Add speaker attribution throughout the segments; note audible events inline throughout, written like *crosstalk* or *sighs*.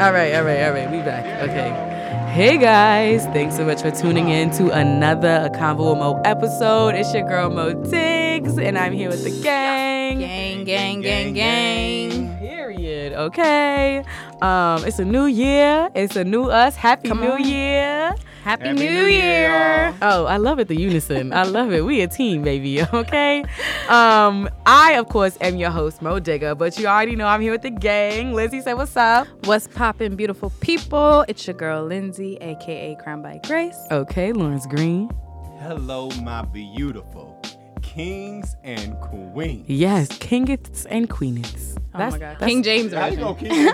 Speaker 1: All right, all right, all right. We back. Okay. Hey guys, thanks so much for tuning in to another A Convo with Mo episode. It's your girl Mo Tiggs, and I'm here with the gang.
Speaker 2: Gang, gang, gang, gang.
Speaker 1: Period. Okay. Um, it's a new year. It's a new us. Happy
Speaker 2: Come
Speaker 1: New
Speaker 2: on.
Speaker 1: Year.
Speaker 2: Happy,
Speaker 3: Happy
Speaker 2: New
Speaker 3: New Year,
Speaker 2: Year.
Speaker 3: y'all.
Speaker 1: Oh, I love it, the unison. I love it. We a team, baby. *laughs* Okay. Um, I of course am your host, Mo Digger, but you already know I'm here with the gang. Lizzie said what's up.
Speaker 2: What's poppin', beautiful people? It's your girl Lindsay, aka Crown by Grace.
Speaker 1: Okay, Lawrence Green.
Speaker 3: Hello, my beautiful kings and queens.
Speaker 1: Yes, kingets and queens.
Speaker 2: Oh my
Speaker 1: *laughs*
Speaker 2: God. King James
Speaker 3: How you
Speaker 2: version.
Speaker 3: gonna keep doing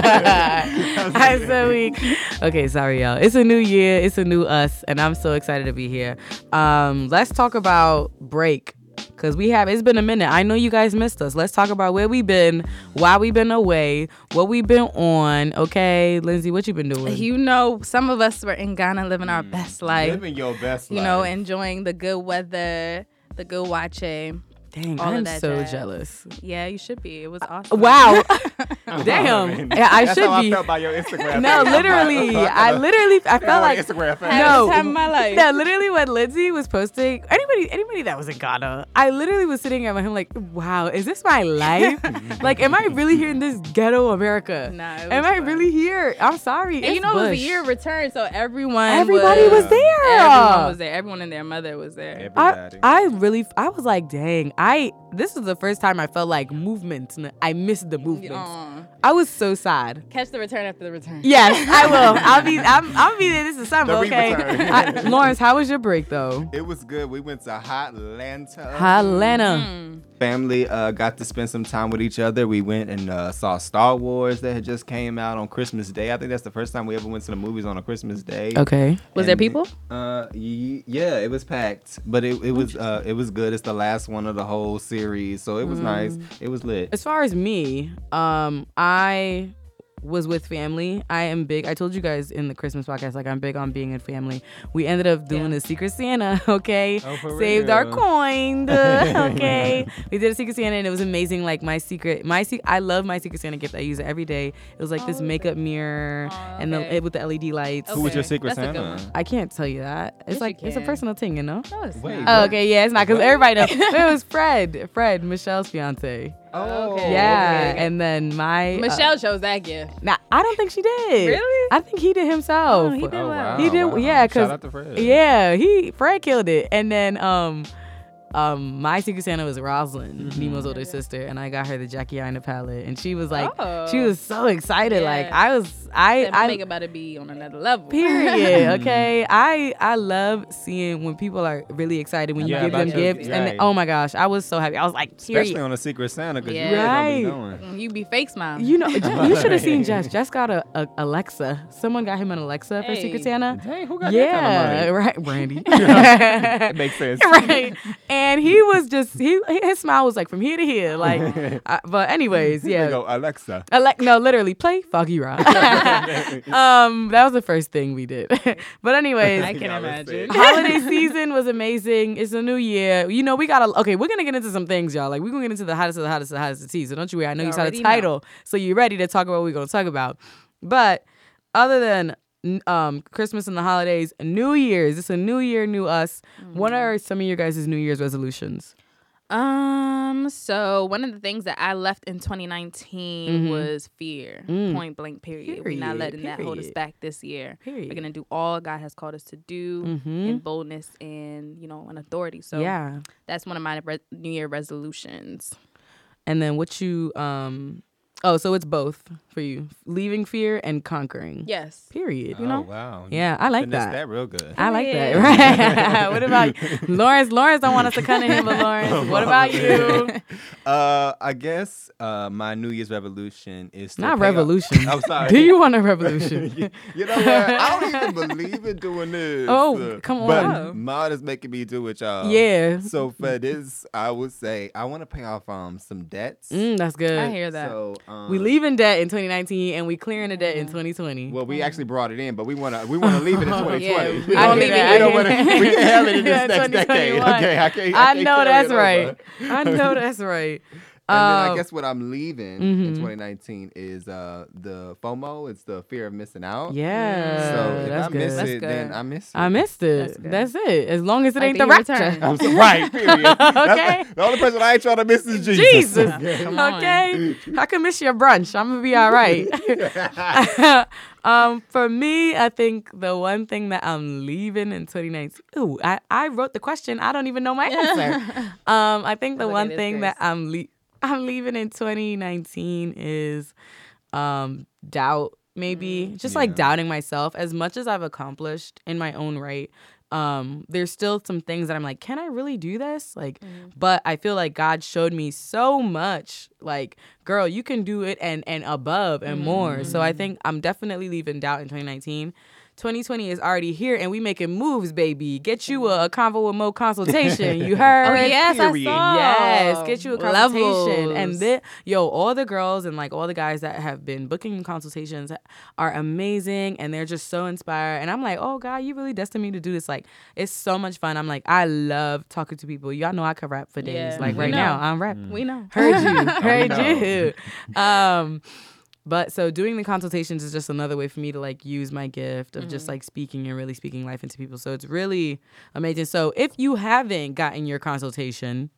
Speaker 3: that?
Speaker 1: I'm
Speaker 2: *laughs*
Speaker 1: so weak. Okay, sorry y'all. It's a new year. It's a new us, and I'm so excited to be here. Um, let's talk about break. Cause we have it's been a minute. I know you guys missed us. Let's talk about where we been, why we been away, what we been on. Okay, Lindsay, what you been doing?
Speaker 2: *laughs* You know, some of us were in Ghana living our best life.
Speaker 3: Living your best
Speaker 2: you
Speaker 3: life.
Speaker 2: know, enjoying the good weather, the good watching.
Speaker 1: Dang,
Speaker 2: all of
Speaker 1: I'm
Speaker 2: that
Speaker 1: so
Speaker 2: jazz.
Speaker 3: *laughs*
Speaker 1: jealous.
Speaker 2: Yeah, you should be. It was awesome.
Speaker 1: Wow.
Speaker 3: Oh,
Speaker 1: *laughs* damn.
Speaker 3: man.
Speaker 1: Yeah, I
Speaker 3: That's
Speaker 1: should
Speaker 3: how
Speaker 1: be.
Speaker 3: I felt by your
Speaker 1: *laughs*
Speaker 3: Instagram.
Speaker 1: no,
Speaker 3: page.
Speaker 1: literally, I literally, I felt like
Speaker 2: Had
Speaker 3: Instagram. Fast.
Speaker 2: the
Speaker 1: No.
Speaker 2: time of my life.
Speaker 1: Yeah, literally what Lindsay was posting. Anybody, anybody that was in Ghana, I literally was sitting at my home like, wow, is this my
Speaker 2: *laughs*
Speaker 1: life? like, am I really here in this ghetto America?
Speaker 2: Nah, it
Speaker 1: am
Speaker 2: was
Speaker 1: I
Speaker 2: fun.
Speaker 1: really here? I'm sorry.
Speaker 2: And you
Speaker 1: it's
Speaker 2: know, it was
Speaker 1: bush.
Speaker 2: a year of return, so everyone.
Speaker 1: Everybody was,
Speaker 3: was-
Speaker 1: there.
Speaker 2: Everyone was there. Everyone and their mother was there.
Speaker 1: I,
Speaker 3: Everybody.
Speaker 1: I really, I was like, dang, I. This is the first time I felt like movement. n- I missed the movement.
Speaker 2: Aw.
Speaker 1: I was so sad.
Speaker 2: Catch the return after the return.
Speaker 1: Yes, I will. I'll be. I'm. I'll be there this December.
Speaker 3: The
Speaker 1: okay. *laughs*
Speaker 3: re-return.
Speaker 1: I, Lawrence, how was your break though?
Speaker 3: It was good. We went to Hotlanta.
Speaker 1: Helena.
Speaker 3: Family uh, got to spend some time with each other. We went and uh, saw Star Wars that had just came out on Christmas Day. I think that's the first time we ever went to the movies on a Christmas day.
Speaker 1: Okay.
Speaker 2: Was there
Speaker 3: And,
Speaker 2: people?
Speaker 3: Uh, y- yeah, it was packed, but it, it was uh, it was good. It's the last one of the whole series, so it
Speaker 1: Mm.
Speaker 3: was nice. It was lit.
Speaker 1: As far as me, um, I was with family. I am big. I told you guys in the Christmas podcast, like I'm big on being in family. We ended up doing
Speaker 2: Yeah.
Speaker 1: a Secret Santa. *laughs* Okay,
Speaker 3: Oh, for
Speaker 1: saved our
Speaker 2: *laughs*
Speaker 3: real?
Speaker 1: coin. *laughs* duh, okay, we did a Secret Santa and it was amazing. Like my secret, my se- I love my Secret Santa gift. I use it every day. It was like this
Speaker 2: Oh, is it?
Speaker 1: makeup mirror
Speaker 2: Aw,
Speaker 1: and the
Speaker 2: okay.
Speaker 1: it, with the LED lights.
Speaker 3: Who was your
Speaker 2: Okay,
Speaker 3: secret
Speaker 2: that's a good
Speaker 3: Santa?
Speaker 2: one.
Speaker 1: I can't tell you that. It's
Speaker 2: Yes, you
Speaker 1: like it's a
Speaker 2: can.
Speaker 1: personal thing, you know.
Speaker 2: No, it's
Speaker 3: Wait,
Speaker 2: not.
Speaker 1: Oh,
Speaker 3: What?
Speaker 1: okay, yeah, it's not because
Speaker 3: What?
Speaker 1: everybody
Speaker 2: *laughs*
Speaker 1: knows. it was Fred, Fred, Michelle's fiance.
Speaker 3: Oh,
Speaker 2: Okay.
Speaker 1: Yeah,
Speaker 2: okay.
Speaker 1: and then my uh,
Speaker 2: Michelle chose that gift.
Speaker 1: Nah, I don't think she did.
Speaker 2: Really?
Speaker 1: I think he did himself.
Speaker 2: Oh, he did.
Speaker 3: Oh, wow,
Speaker 1: He did-
Speaker 3: wow.
Speaker 1: yeah, 'cause-
Speaker 3: Shout out to Fred.
Speaker 1: Yeah, he Fred killed it, and then um, um, my secret Santa was Rosalind,
Speaker 2: Mm-hmm.
Speaker 1: Nemo's older sister, and I got her the Jackie Ina palette, and she was like, she
Speaker 2: Oh.
Speaker 1: was so excited. Like
Speaker 2: Yes.
Speaker 1: I was, I,
Speaker 2: That
Speaker 1: I
Speaker 2: *laughs* make about to be on another level.
Speaker 1: Period. okay. I I love seeing when people are really excited when you
Speaker 3: Yeah,
Speaker 1: give
Speaker 3: about
Speaker 1: them
Speaker 3: your-
Speaker 1: gifts. And
Speaker 3: right.
Speaker 1: oh my gosh, I was so happy. I was like,
Speaker 3: Especially
Speaker 1: period.
Speaker 3: on a secret Santa, because
Speaker 2: Yeah.
Speaker 3: you really
Speaker 1: Right.
Speaker 3: don't be
Speaker 2: *laughs*
Speaker 3: knowing.
Speaker 2: you be fake smiling. *laughs*
Speaker 1: You know,
Speaker 3: *laughs*
Speaker 1: Je- you should have seen Jess. Jess got a, a Alexa. Someone got him an Alexa for Secret
Speaker 2: Hey.
Speaker 1: Santa.
Speaker 3: Dang, who got that kind of
Speaker 1: Yeah,
Speaker 3: money?
Speaker 1: right,
Speaker 3: *laughs*
Speaker 1: Brandy.
Speaker 3: It
Speaker 1: *laughs*
Speaker 3: makes sense.
Speaker 1: right. And he was just he his smile was like from here to here.
Speaker 3: *laughs*
Speaker 1: Like, I, but anyways,
Speaker 3: There you
Speaker 1: yeah.
Speaker 3: go, Alexa.
Speaker 1: Elec- no, literally, play Foggy
Speaker 3: *laughs*
Speaker 1: Rock. *laughs* um, that was the first thing we did. *laughs* but anyways,
Speaker 2: I can
Speaker 3: Yeah, let's
Speaker 2: imagine.
Speaker 1: *laughs* holiday season was amazing. It's a new year. You know, we got to, okay, we're going to get into some things, y'all. Like, we're going to get into the hottest of the hottest of the hottest of tea. So don't you worry. I know you,
Speaker 2: You
Speaker 1: saw the
Speaker 2: already know.
Speaker 1: title. So you're ready to talk about what we're going to talk about. But other than n- um, Christmas and the holidays, New Year's, it's a new year, new us. What are some of your guys' New Year's resolutions?
Speaker 2: *laughs* Um, so one of the things that I left in 2019 was fear. Point blank period.
Speaker 1: Mm-hmm. Mm.
Speaker 2: We're
Speaker 1: Period,
Speaker 2: not letting that hold us
Speaker 1: period.
Speaker 2: back this year.
Speaker 1: Period. Mm-hmm.
Speaker 2: We're gonna do all God has called us to do in boldness and, you know, in authority. So
Speaker 1: yeah.
Speaker 2: that's one of my re- New Year resolutions.
Speaker 1: And then what you, um, oh, so it's both for you leaving fear and conquering.
Speaker 2: Yes.
Speaker 1: Period.
Speaker 3: oh, wow. You
Speaker 1: Yeah, I like
Speaker 3: finessed
Speaker 1: that.
Speaker 3: that real good.
Speaker 1: I like
Speaker 2: Yeah.
Speaker 1: that. Right? *laughs* what
Speaker 2: *laughs*
Speaker 1: about Lawrence? Lawrence don't want us to come to him, but
Speaker 3: *laughs*
Speaker 1: Lawrence, what about you?
Speaker 3: Uh, I guess uh, my New Year's revolution is to
Speaker 1: Not
Speaker 3: pay off-
Speaker 1: revolution.
Speaker 3: *laughs* I'm sorry.
Speaker 1: Do you want a
Speaker 3: *laughs*
Speaker 1: revolution?
Speaker 3: You know what? I don't
Speaker 1: *laughs*
Speaker 3: even believe in doing this.
Speaker 1: Oh, come
Speaker 3: But
Speaker 1: on.
Speaker 3: Mod is making me do it, y'all.
Speaker 1: yeah.
Speaker 3: Um, So for this, I would say I want to pay off um some debts.
Speaker 1: Mm, that's good.
Speaker 2: I hear that.
Speaker 3: So um,
Speaker 1: we leave in debt in 2019 and we clearing the
Speaker 2: Mm-hmm.
Speaker 1: debt in 2020.
Speaker 3: Well, we actually brought it in, but we want to we want to
Speaker 1: *laughs*
Speaker 3: leave it in 2020. *laughs*
Speaker 2: Yeah,
Speaker 3: we
Speaker 2: I
Speaker 3: don't
Speaker 2: hear
Speaker 3: leave it.
Speaker 2: that,
Speaker 3: We
Speaker 2: I
Speaker 3: don't
Speaker 2: hear
Speaker 3: want to.
Speaker 1: that. *laughs*
Speaker 3: We can have it in
Speaker 1: Yeah,
Speaker 3: this next decade.
Speaker 1: 2021.
Speaker 3: Okay, I can't.
Speaker 1: I
Speaker 3: can't
Speaker 1: know
Speaker 3: carry
Speaker 1: that's
Speaker 3: *laughs* it over.
Speaker 1: right. I know that's right.
Speaker 3: And then I
Speaker 1: Um,
Speaker 3: guess what I'm leaving in
Speaker 1: mhm.
Speaker 3: 2019 is uh, the FOMO. It's the fear of missing out.
Speaker 1: Yeah.
Speaker 3: So if
Speaker 1: that's
Speaker 3: I miss
Speaker 1: good.
Speaker 2: Mm. That's
Speaker 3: it, then
Speaker 2: good.
Speaker 3: I miss it.
Speaker 1: I missed it.
Speaker 2: That's good.
Speaker 1: That's, it. As long as it
Speaker 2: Like
Speaker 1: ain't
Speaker 2: the
Speaker 1: the
Speaker 2: year
Speaker 1: rapture.
Speaker 2: return.
Speaker 3: I'm so,
Speaker 1: *laughs*
Speaker 3: right. Period.
Speaker 1: Okay.
Speaker 3: That's, the only person I ain't trying to miss is Jesus.
Speaker 1: Jesus.
Speaker 2: *laughs* Come on.
Speaker 1: okay. I can miss your brunch. I'm gonna be all right. *laughs* um, for me, I think the one thing that I'm leaving in 2019. Ooh, I, I wrote the question. I don't even know my
Speaker 2: *laughs*
Speaker 1: answer. um, I think the
Speaker 2: Look at
Speaker 1: one
Speaker 2: this
Speaker 1: thing that
Speaker 2: grace.
Speaker 1: I'm le- I'm leaving in 2019 is um doubt maybe
Speaker 2: Mm,
Speaker 1: just
Speaker 3: Yeah.
Speaker 1: like doubting myself as much as i've accomplished in my own right um there's still some things that i'm like can i really do this like
Speaker 2: Mm.
Speaker 1: but i feel like god showed me so much like girl you can do it and and above and more so
Speaker 2: Mm.
Speaker 1: i think i'm definitely leaving doubt in 2019 2020 is already here and we making moves baby get you a, a convo with mo consultation you heard
Speaker 2: Mm. *laughs* Oh yes, I
Speaker 3: Period.
Speaker 2: saw.
Speaker 1: Yes, get you a consultation.
Speaker 2: Levels.
Speaker 1: And then, yo, all the girls and like all the guys that have been booking consultations are amazing and they're just so inspired. And I'm like, oh God, you really destined me to do this. Like, it's so much fun. I'm like, I love talking to people. Y'all know I could rap for days.
Speaker 2: Yeah,
Speaker 1: Like
Speaker 2: we
Speaker 1: right
Speaker 2: know.
Speaker 1: now, I'm rapping.
Speaker 2: we know.
Speaker 1: *laughs* Heard you. Heard
Speaker 3: know.
Speaker 1: you. Um, but so doing the consultations is just another way for me to like use my gift of just like speaking and really speaking life into people. So it's really amazing. So if you haven't gotten your consultation,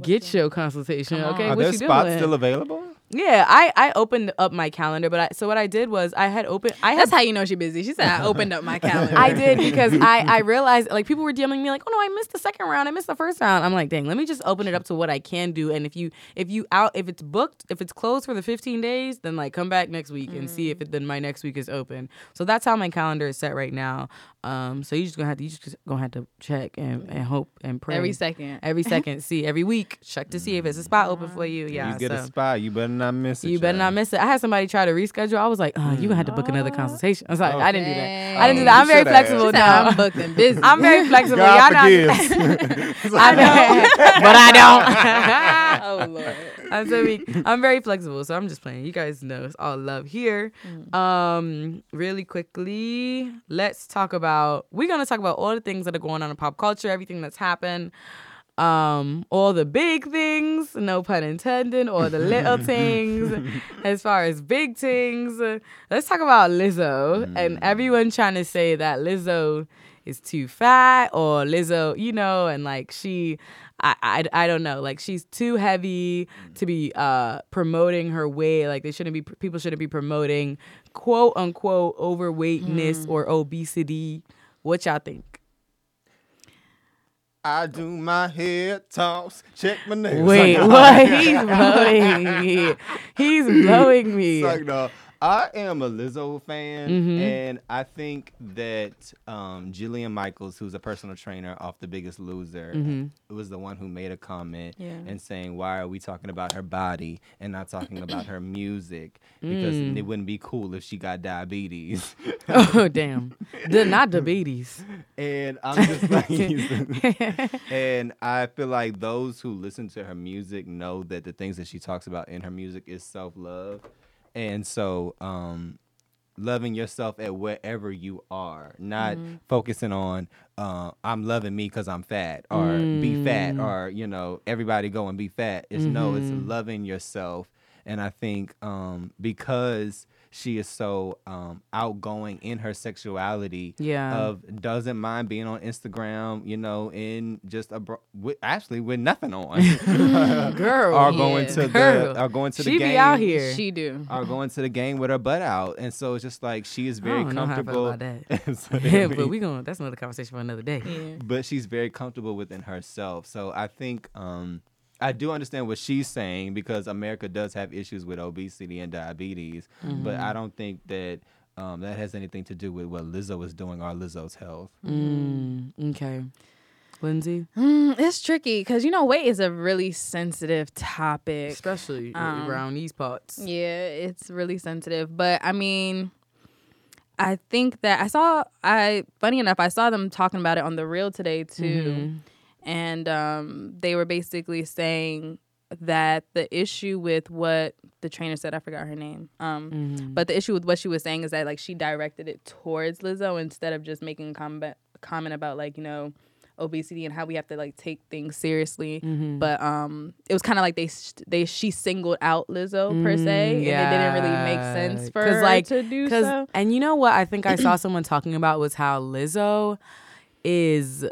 Speaker 1: get your consultation.
Speaker 2: Come
Speaker 1: Okay,
Speaker 2: on.
Speaker 3: Are
Speaker 1: what
Speaker 3: there
Speaker 1: you
Speaker 3: spots
Speaker 1: doing?
Speaker 3: still available?
Speaker 1: yeah, I I opened up my calendar, but I so what I did was I had open I had
Speaker 2: That's how you know she's busy. She said I
Speaker 1: *laughs*
Speaker 2: opened up my calendar. *laughs*
Speaker 1: I did because I, I realized like people were DMing me like, oh no, I missed the second round, I missed the first round. I'm like, dang, let me just open it up to what I can do. And if you if you out if it's booked, if it's closed for the 15 days, then like come back next week and
Speaker 2: Mm.
Speaker 1: see if it, then my next week is open. So that's how my calendar is set right now. Um, so you just gonna have to you just gonna have to check and, and hope and pray
Speaker 2: every second.
Speaker 1: every second, see every week, check to see if it's a spot open for you.
Speaker 2: Mm.
Speaker 1: Yeah,
Speaker 3: you get
Speaker 1: so.
Speaker 3: a spot. You better not miss it.
Speaker 1: You better
Speaker 3: y'all.
Speaker 1: not miss it. I had somebody try to reschedule. I was like, uh, you gonna have to book another consultation. I was like, I didn't do that. I didn't do
Speaker 2: Dang.
Speaker 1: that. I'm
Speaker 3: Oh, You
Speaker 1: very
Speaker 3: should've asked.
Speaker 1: flexible
Speaker 2: Mm. She said
Speaker 1: now.
Speaker 2: I'm booked and busy.
Speaker 1: I'm
Speaker 2: *laughs*
Speaker 1: very flexible. Y'all
Speaker 3: God
Speaker 1: not.
Speaker 3: *laughs*
Speaker 1: *laughs*
Speaker 3: forgives.
Speaker 1: I know, *laughs* but I don't.
Speaker 2: oh *laughs* lord.
Speaker 1: *laughs* I'm so weak. I'm very flexible, so I'm just playing. You guys know it's all love here. Um, really quickly, let's talk about. We're gonna talk about all the things that are going on in pop culture, everything that's happened, um, all the big things, no pun intended, or the little things. As far as big things, let's talk about Lizzo and everyone trying to say that Lizzo is too fat or Lizzo, you know, and like she, I, I, I don't know, like she's too heavy to be uh, promoting her weight. Like they shouldn't be, people shouldn't be promoting quote unquote overweightness or obesity. What y'all think?
Speaker 3: I do my hair toss. Check my nails.
Speaker 1: Wait,
Speaker 3: Suck it
Speaker 1: what? He's
Speaker 3: *laughs*
Speaker 1: blowing me. He's blowing me. *laughs*
Speaker 3: It's like, no, I am a Lizzo fan, and I think that um, Jillian Michaels, who's a personal trainer off The Biggest Loser, was the one who made a comment
Speaker 2: Yeah.
Speaker 3: and saying, "Why are we talking about her body and not talking about her music? Because it wouldn't be cool if she got diabetes." *laughs*
Speaker 1: Oh damn! The, not diabetes.
Speaker 3: and I'm just like, *laughs* and I feel like those who listen to her music know that the things that she talks about in her music is self love, and so um, loving yourself at wherever you are, not focusing on uh, I'm loving me because I'm fat or be fat or you know everybody go and be fat. It's no, it's loving yourself, and I think um, because she is so um, outgoing in her sexuality
Speaker 1: Yeah.
Speaker 3: of doesn't mind being on Instagram, you know, in just a bro- with, actually with
Speaker 1: *laughs*
Speaker 3: nothing on,
Speaker 1: Mm, Girl,
Speaker 3: *laughs* are going to
Speaker 1: Girl.
Speaker 3: the are going to the
Speaker 1: She
Speaker 3: game,
Speaker 1: be out here.
Speaker 2: She do.
Speaker 3: are going to the game with her butt out, and so it's just like she is very
Speaker 1: don't know how I
Speaker 3: comfortable.
Speaker 1: feel
Speaker 3: *laughs*
Speaker 1: about
Speaker 3: And so
Speaker 1: Yeah, *laughs*
Speaker 3: I
Speaker 1: but
Speaker 3: mean-
Speaker 1: we going to that's another conversation for another day.
Speaker 2: Yeah.
Speaker 3: but she's very comfortable within herself. So I think um, I do understand what she's saying because America does have issues with obesity and diabetes,
Speaker 1: Mm-hmm.
Speaker 3: but I don't think that um, that has anything to do with what Lizzo is doing or Lizzo's health.
Speaker 1: Mm, okay, Lindsay,
Speaker 2: Mm, it's tricky because you know weight is a really sensitive topic.
Speaker 1: especially
Speaker 2: Um,
Speaker 1: around these parts.
Speaker 2: Yeah, it's really sensitive. But I mean, I think that I saw I funny enough, I saw them talking about it on the reel today too. And um they were basically saying that the issue with what the trainer said, I forgot her name. Um
Speaker 1: Mm-hmm.
Speaker 2: but the issue with what she was saying is that like she directed it towards Lizzo instead of just making a comment comment about like, you know, obesity and how we have to like take things seriously.
Speaker 1: Mm-hmm.
Speaker 2: But um, it was kind of like they sh- they she singled out Lizzo per se, and it didn't really make sense for her
Speaker 1: like,
Speaker 2: to do
Speaker 1: Mm, 'cause-
Speaker 2: so.
Speaker 1: And you know what? I think I
Speaker 2: *clears throat*
Speaker 1: saw someone talking about was how Lizzo is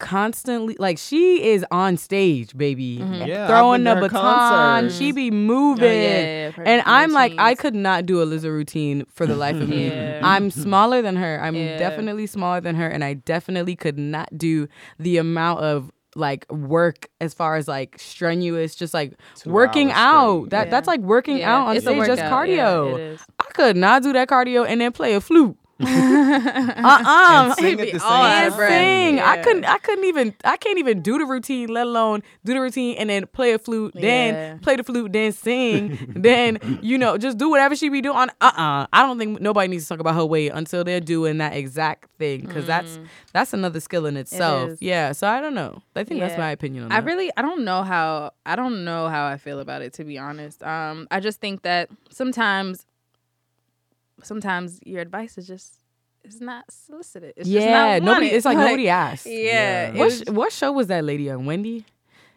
Speaker 1: constantly like she is on stage, baby,
Speaker 3: Yeah, I've
Speaker 1: throwing
Speaker 3: been
Speaker 1: the
Speaker 3: to her
Speaker 1: baton.
Speaker 3: concerts.
Speaker 1: She be moving.
Speaker 2: Mm-hmm. Oh, yeah, yeah,
Speaker 1: And
Speaker 2: her
Speaker 1: I'm like, I
Speaker 2: routines.
Speaker 1: could not do a Lizzo routine for the life of me.
Speaker 2: Yeah.
Speaker 1: *laughs* I'm smaller than her. I'm
Speaker 2: Yeah.
Speaker 1: definitely smaller than her, and I definitely could not do the amount of like work as far as like strenuous, just like
Speaker 3: Two
Speaker 1: working
Speaker 3: hours
Speaker 1: out.
Speaker 3: straight.
Speaker 1: That
Speaker 2: Yeah.
Speaker 1: that's like working
Speaker 2: Yeah,
Speaker 1: out on
Speaker 2: it's a
Speaker 1: stage, just
Speaker 2: workout. Yeah,
Speaker 1: cardio.
Speaker 2: it is.
Speaker 1: I could not do that cardio and then play a flute. *laughs*
Speaker 2: *laughs*
Speaker 1: uh-uh.
Speaker 3: *laughs* And sing
Speaker 1: It
Speaker 3: at
Speaker 1: be
Speaker 3: the same
Speaker 1: all
Speaker 2: time.
Speaker 1: and sing. I
Speaker 2: Yeah.
Speaker 1: couldn't I couldn't even I can't even do the routine, let alone do the routine and then play a flute,
Speaker 2: Yeah.
Speaker 1: then play the flute, then sing, *laughs* then you know, just do whatever she be doing. Uh uh I don't think nobody needs to talk about her weight until they're doing that exact thing. Cause that's that's another skill in itself.
Speaker 2: Mm. is.
Speaker 1: yeah. So I don't know. I think that's
Speaker 2: Yeah.
Speaker 1: my opinion on
Speaker 2: I
Speaker 1: that.
Speaker 2: really I don't know how I don't know how I feel about it to be honest. Um I just think that sometimes sometimes your advice is just it's not solicited. It's just
Speaker 1: yeah,
Speaker 2: not
Speaker 1: nobody
Speaker 2: wanted.
Speaker 1: it's like,
Speaker 2: *laughs*
Speaker 1: nobody asked.
Speaker 2: Yeah.
Speaker 3: Yeah.
Speaker 2: it
Speaker 1: What,
Speaker 2: was-
Speaker 1: sh- what show was that lady on? Wendy?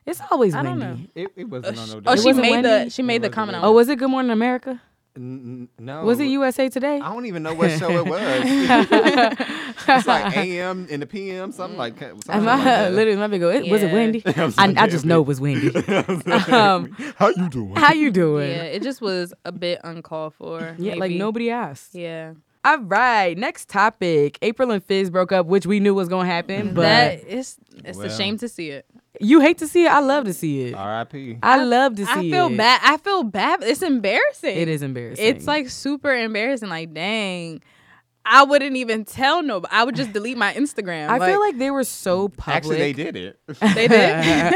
Speaker 1: It's always
Speaker 2: I don't
Speaker 1: Wendy.
Speaker 2: know.
Speaker 3: It, it wasn't on no.
Speaker 2: oh,
Speaker 1: It
Speaker 2: she
Speaker 1: wasn't
Speaker 2: made
Speaker 1: Wendy?
Speaker 2: the she made the
Speaker 3: wasn't
Speaker 2: comment on
Speaker 1: Oh, was it Good Morning America?
Speaker 3: N- n- no.
Speaker 1: Was it
Speaker 3: wa-
Speaker 1: USA Today? *laughs*
Speaker 3: I don't even know what show it was. it's like AM and the PM, something like that. something
Speaker 1: Am
Speaker 3: like
Speaker 1: I, *laughs*
Speaker 3: that.
Speaker 1: literally, my big go, it was it *laughs*
Speaker 2: Yeah.
Speaker 1: Wendy? I,
Speaker 3: *laughs* I'm
Speaker 1: I
Speaker 3: sorry.
Speaker 1: just know it was Wendy. Um,
Speaker 3: *laughs* How you
Speaker 1: *laughs*
Speaker 3: doing?
Speaker 1: How you doing?
Speaker 2: Yeah, it just was a bit uncalled for.
Speaker 1: *laughs* Yeah, like
Speaker 2: maybe.
Speaker 1: nobody asked.
Speaker 2: Yeah.
Speaker 1: All right, next topic. April and Fizz broke up, which we knew was gonna happen, but
Speaker 2: that it's it's
Speaker 3: Well.
Speaker 2: a shame to see it.
Speaker 1: you hate to see it. I love to see it.
Speaker 3: R.I.P.
Speaker 1: I love to see
Speaker 2: I
Speaker 1: it.
Speaker 2: feel bad. I feel bad. It's embarrassing.
Speaker 1: It is embarrassing.
Speaker 2: It's like super embarrassing. Like, dang, I wouldn't even tell nobody. I would just delete my Instagram.
Speaker 1: I feel like they were so public.
Speaker 3: Actually, they
Speaker 1: *laughs*
Speaker 3: did it.
Speaker 2: they did.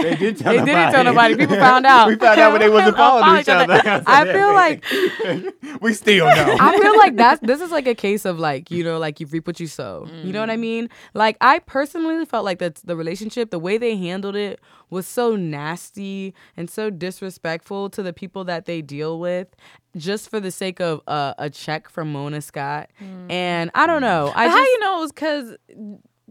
Speaker 3: they did tell
Speaker 1: They
Speaker 3: nobody.
Speaker 1: didn't tell nobody. People found out.
Speaker 3: *laughs* we found out when they wasn't
Speaker 1: People
Speaker 3: following
Speaker 1: *laughs*
Speaker 3: each
Speaker 1: found
Speaker 3: other. *laughs*
Speaker 1: I feel like
Speaker 3: we still know.
Speaker 1: I feel
Speaker 2: *laughs*
Speaker 1: like that's this is like a case of like you know like you reap what you sow. You know what I
Speaker 2: Mm.
Speaker 1: mean? Like I personally felt like that the relationship, the way they handled it, was so nasty and so disrespectful to the people that they deal with, just for the sake of uh, a check from Mona Scott. And I don't know. I
Speaker 2: Mm. But
Speaker 1: just
Speaker 2: how you know it was because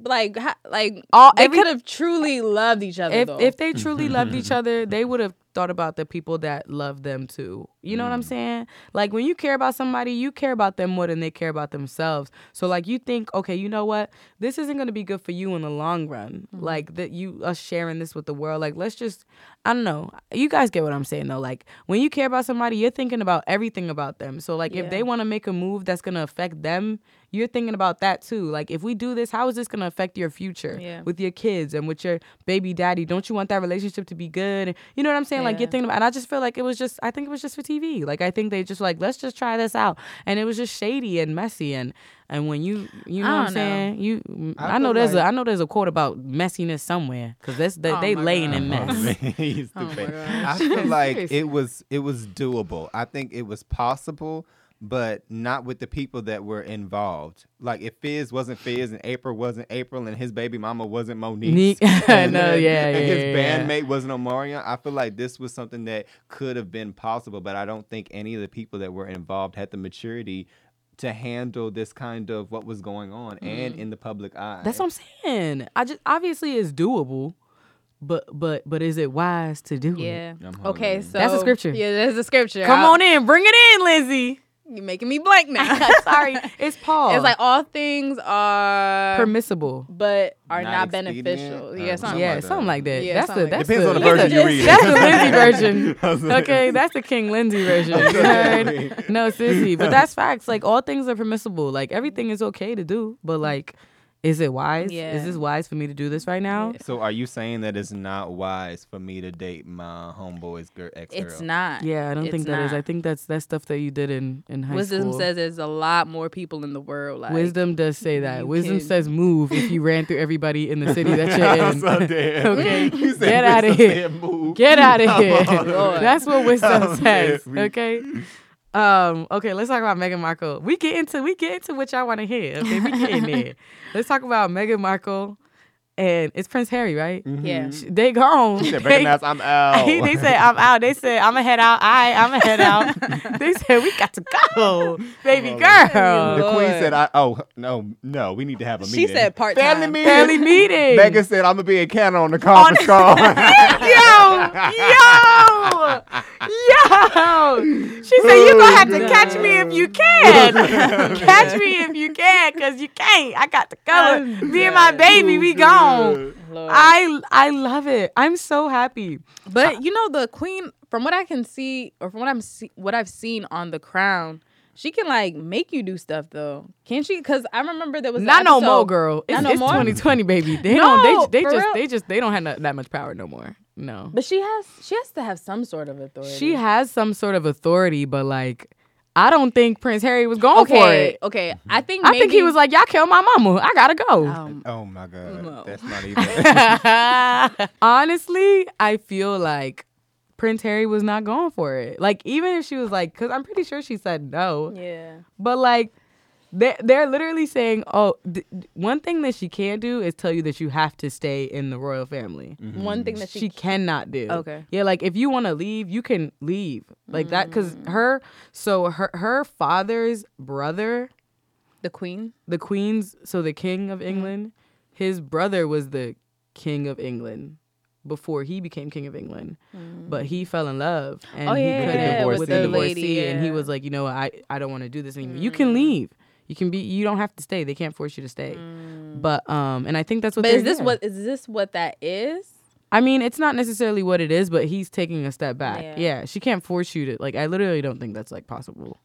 Speaker 2: like how, like
Speaker 1: All-
Speaker 2: they
Speaker 1: every-
Speaker 2: could have truly loved each other
Speaker 1: if
Speaker 2: though.
Speaker 1: if they truly loved each other, they would have thought about the people that love them too. You know what I'm saying? Like when you care about somebody, you care about them more than they care about themselves. So like you think, okay, you know what? This isn't going to be good for you in the long run.
Speaker 2: Mm-hmm.
Speaker 1: Like that you us sharing this with the world. Like let's just I don't know. You guys get what I'm saying though. Like when you care about somebody, you're thinking about everything about them. So like if
Speaker 2: Yeah.
Speaker 1: they want to make a move that's going to affect them, you're thinking about that too. Like if we do this, how is this going to affect your future?
Speaker 2: Yeah.
Speaker 1: with your kids and with your baby daddy. Don't you want that relationship to be good? You know what I'm saying? Like
Speaker 2: Yeah.
Speaker 1: you're thinking about. And I just feel like it was just. I think it was just for TV. Like I think they just like let's just try this out, and it was just shady and messy. And and when you you know what
Speaker 2: I
Speaker 1: I'm
Speaker 2: don't know.
Speaker 1: saying you mm, I,
Speaker 3: I
Speaker 1: know
Speaker 3: feel
Speaker 1: there's a
Speaker 3: like-
Speaker 1: I know there's a quote about messiness somewhere because that's they,
Speaker 2: Oh
Speaker 1: they
Speaker 2: my
Speaker 1: laying
Speaker 2: God.
Speaker 1: in
Speaker 3: Oh,
Speaker 1: mess.
Speaker 3: man, *laughs* he's stupid.
Speaker 2: gosh.
Speaker 3: I feel like
Speaker 1: Seriously.
Speaker 3: it was it was doable. I think it was possible, but not with the people that were involved. Like if Fizz wasn't Fizz and April wasn't April and his baby mama wasn't Monique.
Speaker 1: Neek. *laughs*
Speaker 3: *laughs* and
Speaker 1: No,
Speaker 3: then-
Speaker 1: yeah,
Speaker 3: and
Speaker 1: yeah,
Speaker 3: his
Speaker 1: yeah, yeah.
Speaker 3: bandmate wasn't Omarion. I feel like this was something that could have been possible, but I don't think any of the people that were involved had the maturity to handle this kind of what was going on and in the public eye.
Speaker 1: That's what I'm saying. I just obviously it's doable, but but but is it wise to do it?
Speaker 2: yeah.
Speaker 3: I'm hungry.
Speaker 2: Okay, so
Speaker 1: That's a scripture.
Speaker 2: Yeah, that's a scripture.
Speaker 1: Come
Speaker 2: I-
Speaker 1: on in, bring it in,
Speaker 2: *laughs*
Speaker 1: Lindsay.
Speaker 2: You're making
Speaker 1: *laughs*
Speaker 2: me blank now.
Speaker 1: Sorry, it's Paul.
Speaker 2: *laughs* It's like uh, all things are
Speaker 1: permissible.
Speaker 2: but are
Speaker 3: Not
Speaker 2: not,
Speaker 3: expedient?
Speaker 2: beneficial.
Speaker 3: Uh,
Speaker 2: Yeah, something
Speaker 1: yeah,
Speaker 3: like that.
Speaker 1: something like that.
Speaker 2: Yeah,
Speaker 1: that's the
Speaker 2: something like
Speaker 1: that's
Speaker 2: that.
Speaker 3: Depends
Speaker 1: the,
Speaker 3: on the
Speaker 1: that's
Speaker 3: version you read.
Speaker 1: That's the Lindsay
Speaker 3: *laughs* I was
Speaker 1: version.
Speaker 3: like-
Speaker 1: Okay, that's the King
Speaker 3: *laughs*
Speaker 1: Lindsay version. You heard? No, sissy, but that's facts. Like all things are permissible. Like everything is okay to do, but like, is it wise?
Speaker 2: Yeah.
Speaker 1: Is this wise for me to do this right now?
Speaker 3: So are you saying that it's not wise for me to date my homeboy's girl ex girl?
Speaker 2: It's
Speaker 3: *laughs*
Speaker 2: not.
Speaker 1: Yeah, I don't
Speaker 2: It's
Speaker 1: think that is.
Speaker 2: not.
Speaker 1: I think that's that's stuff that you did in in high
Speaker 2: Wisdom
Speaker 1: school.
Speaker 2: says there's a lot more people in the world. Like
Speaker 1: Wisdom does say that.
Speaker 2: you
Speaker 1: Wisdom
Speaker 2: can-
Speaker 1: says move if you ran through everybody in the city that
Speaker 3: *laughs*
Speaker 1: you're in. *laughs*
Speaker 3: dead.
Speaker 1: Okay,
Speaker 3: *laughs* You said
Speaker 1: get outta
Speaker 3: this, I
Speaker 1: here.
Speaker 3: said move.
Speaker 1: Get
Speaker 3: *laughs*
Speaker 1: out of here.
Speaker 2: Lord.
Speaker 1: That's what wisdom
Speaker 3: Oh,
Speaker 1: says.
Speaker 3: man.
Speaker 1: Okay. Um, okay, let's talk about Meghan Markle. We
Speaker 3: *laughs*
Speaker 1: get into we get into what y'all want to hear. Okay, we get in there. let's talk about Meghan Markle and it's Prince Harry, right?
Speaker 2: Yeah.
Speaker 1: Sh- They gone.
Speaker 3: Mm-hmm. He said, "Break the
Speaker 1: *laughs*
Speaker 3: mask, I'm out.
Speaker 1: they said I'm out. They said I'm a head out. I I'm a head
Speaker 3: *laughs*
Speaker 1: out. they said we got to go, baby
Speaker 3: Oh, the
Speaker 1: girl.
Speaker 3: queen
Speaker 2: Lord.
Speaker 3: said, "I oh no no, we need to have a
Speaker 2: She
Speaker 3: meeting."
Speaker 2: said part
Speaker 3: family
Speaker 2: time.
Speaker 3: meeting. *laughs*
Speaker 1: Family meeting.
Speaker 3: Megan said, "I'm gonna be in Canada on the
Speaker 1: *laughs*
Speaker 3: conference call."
Speaker 1: yo, yo, yo. She said, You're going to have to catch me if you can. catch me if you can, because you can't. I got the color. Me and my baby, we gone.
Speaker 2: Lord.
Speaker 1: I, I love it. I'm so happy. Ah.
Speaker 2: But you know, the queen, from what I can see, or from what I'm see, what I've seen on The Crown, she can like make you do stuff though, can she? Because I remember there was an
Speaker 1: Not no more,
Speaker 2: episode-
Speaker 1: girl. It's,
Speaker 2: Not no
Speaker 1: it's
Speaker 2: more?
Speaker 1: 2020, baby. They
Speaker 2: No,
Speaker 1: don't. They, they
Speaker 2: for
Speaker 1: just.
Speaker 2: real.
Speaker 1: They just. They don't have that- that much power no more. No.
Speaker 2: But she has she has to have some sort of authority.
Speaker 1: She has some sort of authority, but like, I don't think Prince Harry was going for
Speaker 2: okay,
Speaker 1: it. Mm-hmm.
Speaker 2: okay. I think
Speaker 1: I think he
Speaker 2: maybe-
Speaker 1: was like, y'all kill my mama. I gotta go. *laughs*
Speaker 2: Um,
Speaker 3: *laughs* oh my god,
Speaker 2: No.
Speaker 3: that's not even.
Speaker 1: Honestly, I feel like Prince Harry was not going for it. Like, even if she was like, because I'm pretty sure she said no,
Speaker 2: yeah.
Speaker 1: but like, they're, they're literally saying, oh, th- th- one thing that she can't do is tell you that you have to stay in the royal family.
Speaker 2: One thing that
Speaker 1: She,
Speaker 2: she,
Speaker 1: cannot do.
Speaker 2: Okay.
Speaker 1: Yeah, like if you want to leave, you can leave. Like that, because
Speaker 2: Mm.
Speaker 1: her, so her, her father's brother
Speaker 2: the queen.
Speaker 1: the queen's so the king
Speaker 2: Mm-hmm.
Speaker 1: of england his brother was the king of england before he became king of england but he fell in love and
Speaker 2: Mm. Oh,
Speaker 1: he
Speaker 2: yeah,
Speaker 1: could
Speaker 3: yeah,
Speaker 1: divorce
Speaker 3: with
Speaker 1: with the
Speaker 3: the
Speaker 2: lady,
Speaker 1: divorcee and he
Speaker 2: yeah. Mm.
Speaker 1: was like you know what, i, I don't want to do this anymore you can leave you can be you don't have to stay they can't force you to stay but um and i think that's what
Speaker 2: Mm. But is
Speaker 1: they're
Speaker 2: this
Speaker 1: doing.
Speaker 2: what is this what that is?
Speaker 1: i mean it's not necessarily what it is but he's taking a step back
Speaker 2: Yeah.
Speaker 1: yeah, she can't force you to like i literally don't think that's like possible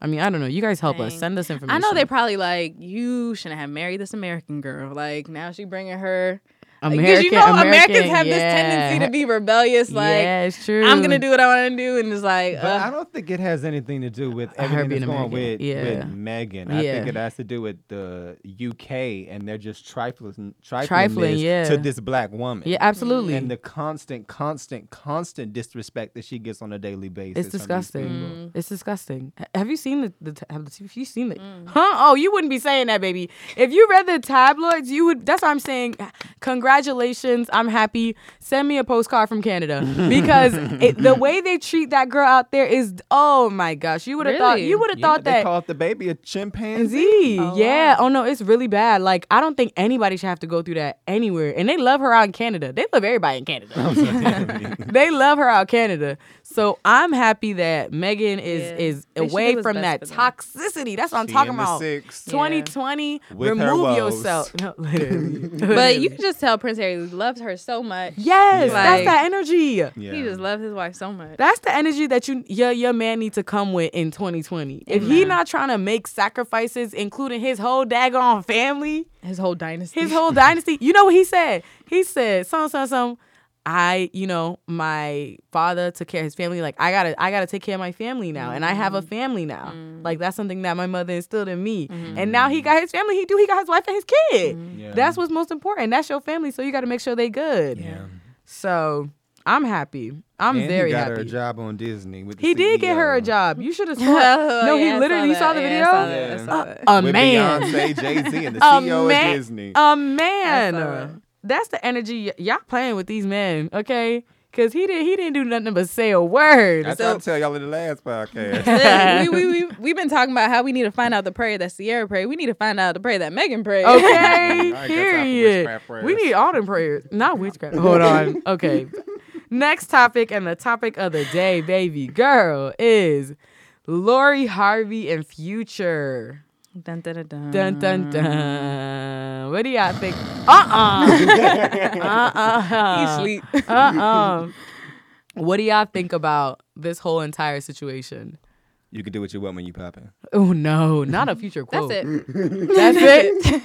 Speaker 1: i mean i don't know you guys help us
Speaker 2: Dang.
Speaker 1: send us information
Speaker 2: I know they probably like you shouldn't have married this American girl. Like now she bringing her because
Speaker 1: american
Speaker 2: you know Americans
Speaker 1: American,
Speaker 2: have
Speaker 1: yeah.
Speaker 2: this tendency to be rebellious. Like
Speaker 1: yeah, it's true.
Speaker 2: I'm gonna do what I want to do, and it's like
Speaker 3: But
Speaker 2: uh,
Speaker 3: I don't think it has anything to do with
Speaker 1: Her
Speaker 3: everything that's
Speaker 1: being
Speaker 3: going with,
Speaker 1: American, yeah.
Speaker 3: with Megan. I think
Speaker 1: Yeah.
Speaker 3: it has to do with the UK and they're just trifling, trifling,
Speaker 1: Trifling,
Speaker 3: this
Speaker 1: yeah.
Speaker 3: to this black woman.
Speaker 1: Yeah, absolutely.
Speaker 3: And the constant, constant, constant disrespect that she gets on a daily basis.
Speaker 1: it's
Speaker 3: from these
Speaker 1: disgusting.
Speaker 3: people.
Speaker 2: Mm.
Speaker 1: It's disgusting. H- Have you seen the, the t- have the have you seen the
Speaker 2: Mm.
Speaker 1: huh? Oh, you wouldn't be saying that, baby. If you read the tabloids, you would. That's what I'm saying. Congratulations, I'm happy. Send me a postcard from
Speaker 3: *laughs*
Speaker 1: Canada because it, the way they treat that girl out there is oh my gosh. You would have thought
Speaker 2: Really?
Speaker 1: you would have
Speaker 3: Yeah,
Speaker 1: thought
Speaker 3: they
Speaker 1: that
Speaker 3: called the baby a chimpanzee.
Speaker 1: Z.
Speaker 2: Oh,
Speaker 1: yeah. Oh no, it's really bad. Like I don't think anybody should have to go through that anywhere. And they love her out in Canada. They love everybody in Canada. *laughs* they love her out in Canada. So I'm happy that Megan is
Speaker 2: Yeah.
Speaker 1: is
Speaker 2: They should
Speaker 1: away
Speaker 2: do what's
Speaker 1: from
Speaker 2: best
Speaker 1: that
Speaker 2: for them.
Speaker 1: toxicity. That's what I'm
Speaker 3: She
Speaker 1: talking
Speaker 3: in the
Speaker 1: about.
Speaker 3: six.
Speaker 1: 2020,
Speaker 3: With her
Speaker 1: remove
Speaker 3: woes.
Speaker 1: yourself. *laughs*
Speaker 3: *laughs*
Speaker 1: No, literally.
Speaker 2: but you can just tell Prince Harry loves her so much.
Speaker 1: yes, that's
Speaker 2: Like-
Speaker 1: that energy.
Speaker 3: Yeah.
Speaker 2: He just loves his wife so much.
Speaker 1: That's the energy that you your your man need to come with in 2020. If he not trying to make sacrifices, including his whole daggone family,
Speaker 2: his whole dynasty. *laughs*
Speaker 1: his whole dynasty. You know what he said? He said, "Some, some, some. I, you know, my father took care of his family. Like I gotta, I gotta take care of my family now, and I have
Speaker 2: Mm-hmm.
Speaker 1: a family now. Like that's something that my mother instilled in me.
Speaker 2: Mm-hmm.
Speaker 1: And now he got his family. He do. He got his wife and his kid.
Speaker 3: Yeah.
Speaker 1: That's what's most important. That's your family. So you gotta make sure they good.
Speaker 3: Yeah.
Speaker 1: So I'm happy. I'm
Speaker 3: And
Speaker 1: very
Speaker 3: he got her a
Speaker 1: happy.
Speaker 3: job on Disney. With the E
Speaker 1: He did get her a
Speaker 3: CEO.
Speaker 1: job. You
Speaker 2: *laughs*
Speaker 1: should have saw.
Speaker 2: Oh,
Speaker 1: no,
Speaker 2: yeah, I
Speaker 1: he literally you
Speaker 2: that.
Speaker 1: saw the
Speaker 2: Yeah, I
Speaker 1: video.
Speaker 2: saw that. I saw that.
Speaker 1: A
Speaker 3: with
Speaker 1: man.
Speaker 3: Beyonce, Jay Z, and
Speaker 1: *laughs*
Speaker 3: the
Speaker 1: a
Speaker 3: CEO
Speaker 1: man, Um,
Speaker 3: of Disney.
Speaker 1: A
Speaker 2: I saw it.
Speaker 1: man. That's the energy y- y'all playing with these men, okay? Cause he didn't he didn't do nothing but say a word. *laughs*
Speaker 3: I tried to tell y'all in the last podcast.
Speaker 2: *laughs* Look, we, we, we, we've been talking about how we need to find out the prayer that Sierra prayed. We need to find out the prayer that Megan prayed.
Speaker 1: Okay,
Speaker 3: I guess I have to
Speaker 1: period.
Speaker 3: witchcraft
Speaker 1: We
Speaker 3: prayers.
Speaker 1: need all them prayers, not witchcraft. Hold on. *laughs* Okay. Next topic and the topic of the day, baby girl, is Lori Harvey and Future.
Speaker 2: *laughs* *laughs* Dun, dun, dun, dun.
Speaker 1: Dun dun dun. What do y'all think? *laughs* Uh uh-uh. uh.
Speaker 2: He *laughs* sleep.
Speaker 1: uh-uh. what do y'all think about this whole entire situation?
Speaker 3: You can do what you want when you poppin'.
Speaker 1: Oh no, not a future quote.
Speaker 2: That's
Speaker 3: oh.
Speaker 2: it.
Speaker 1: That's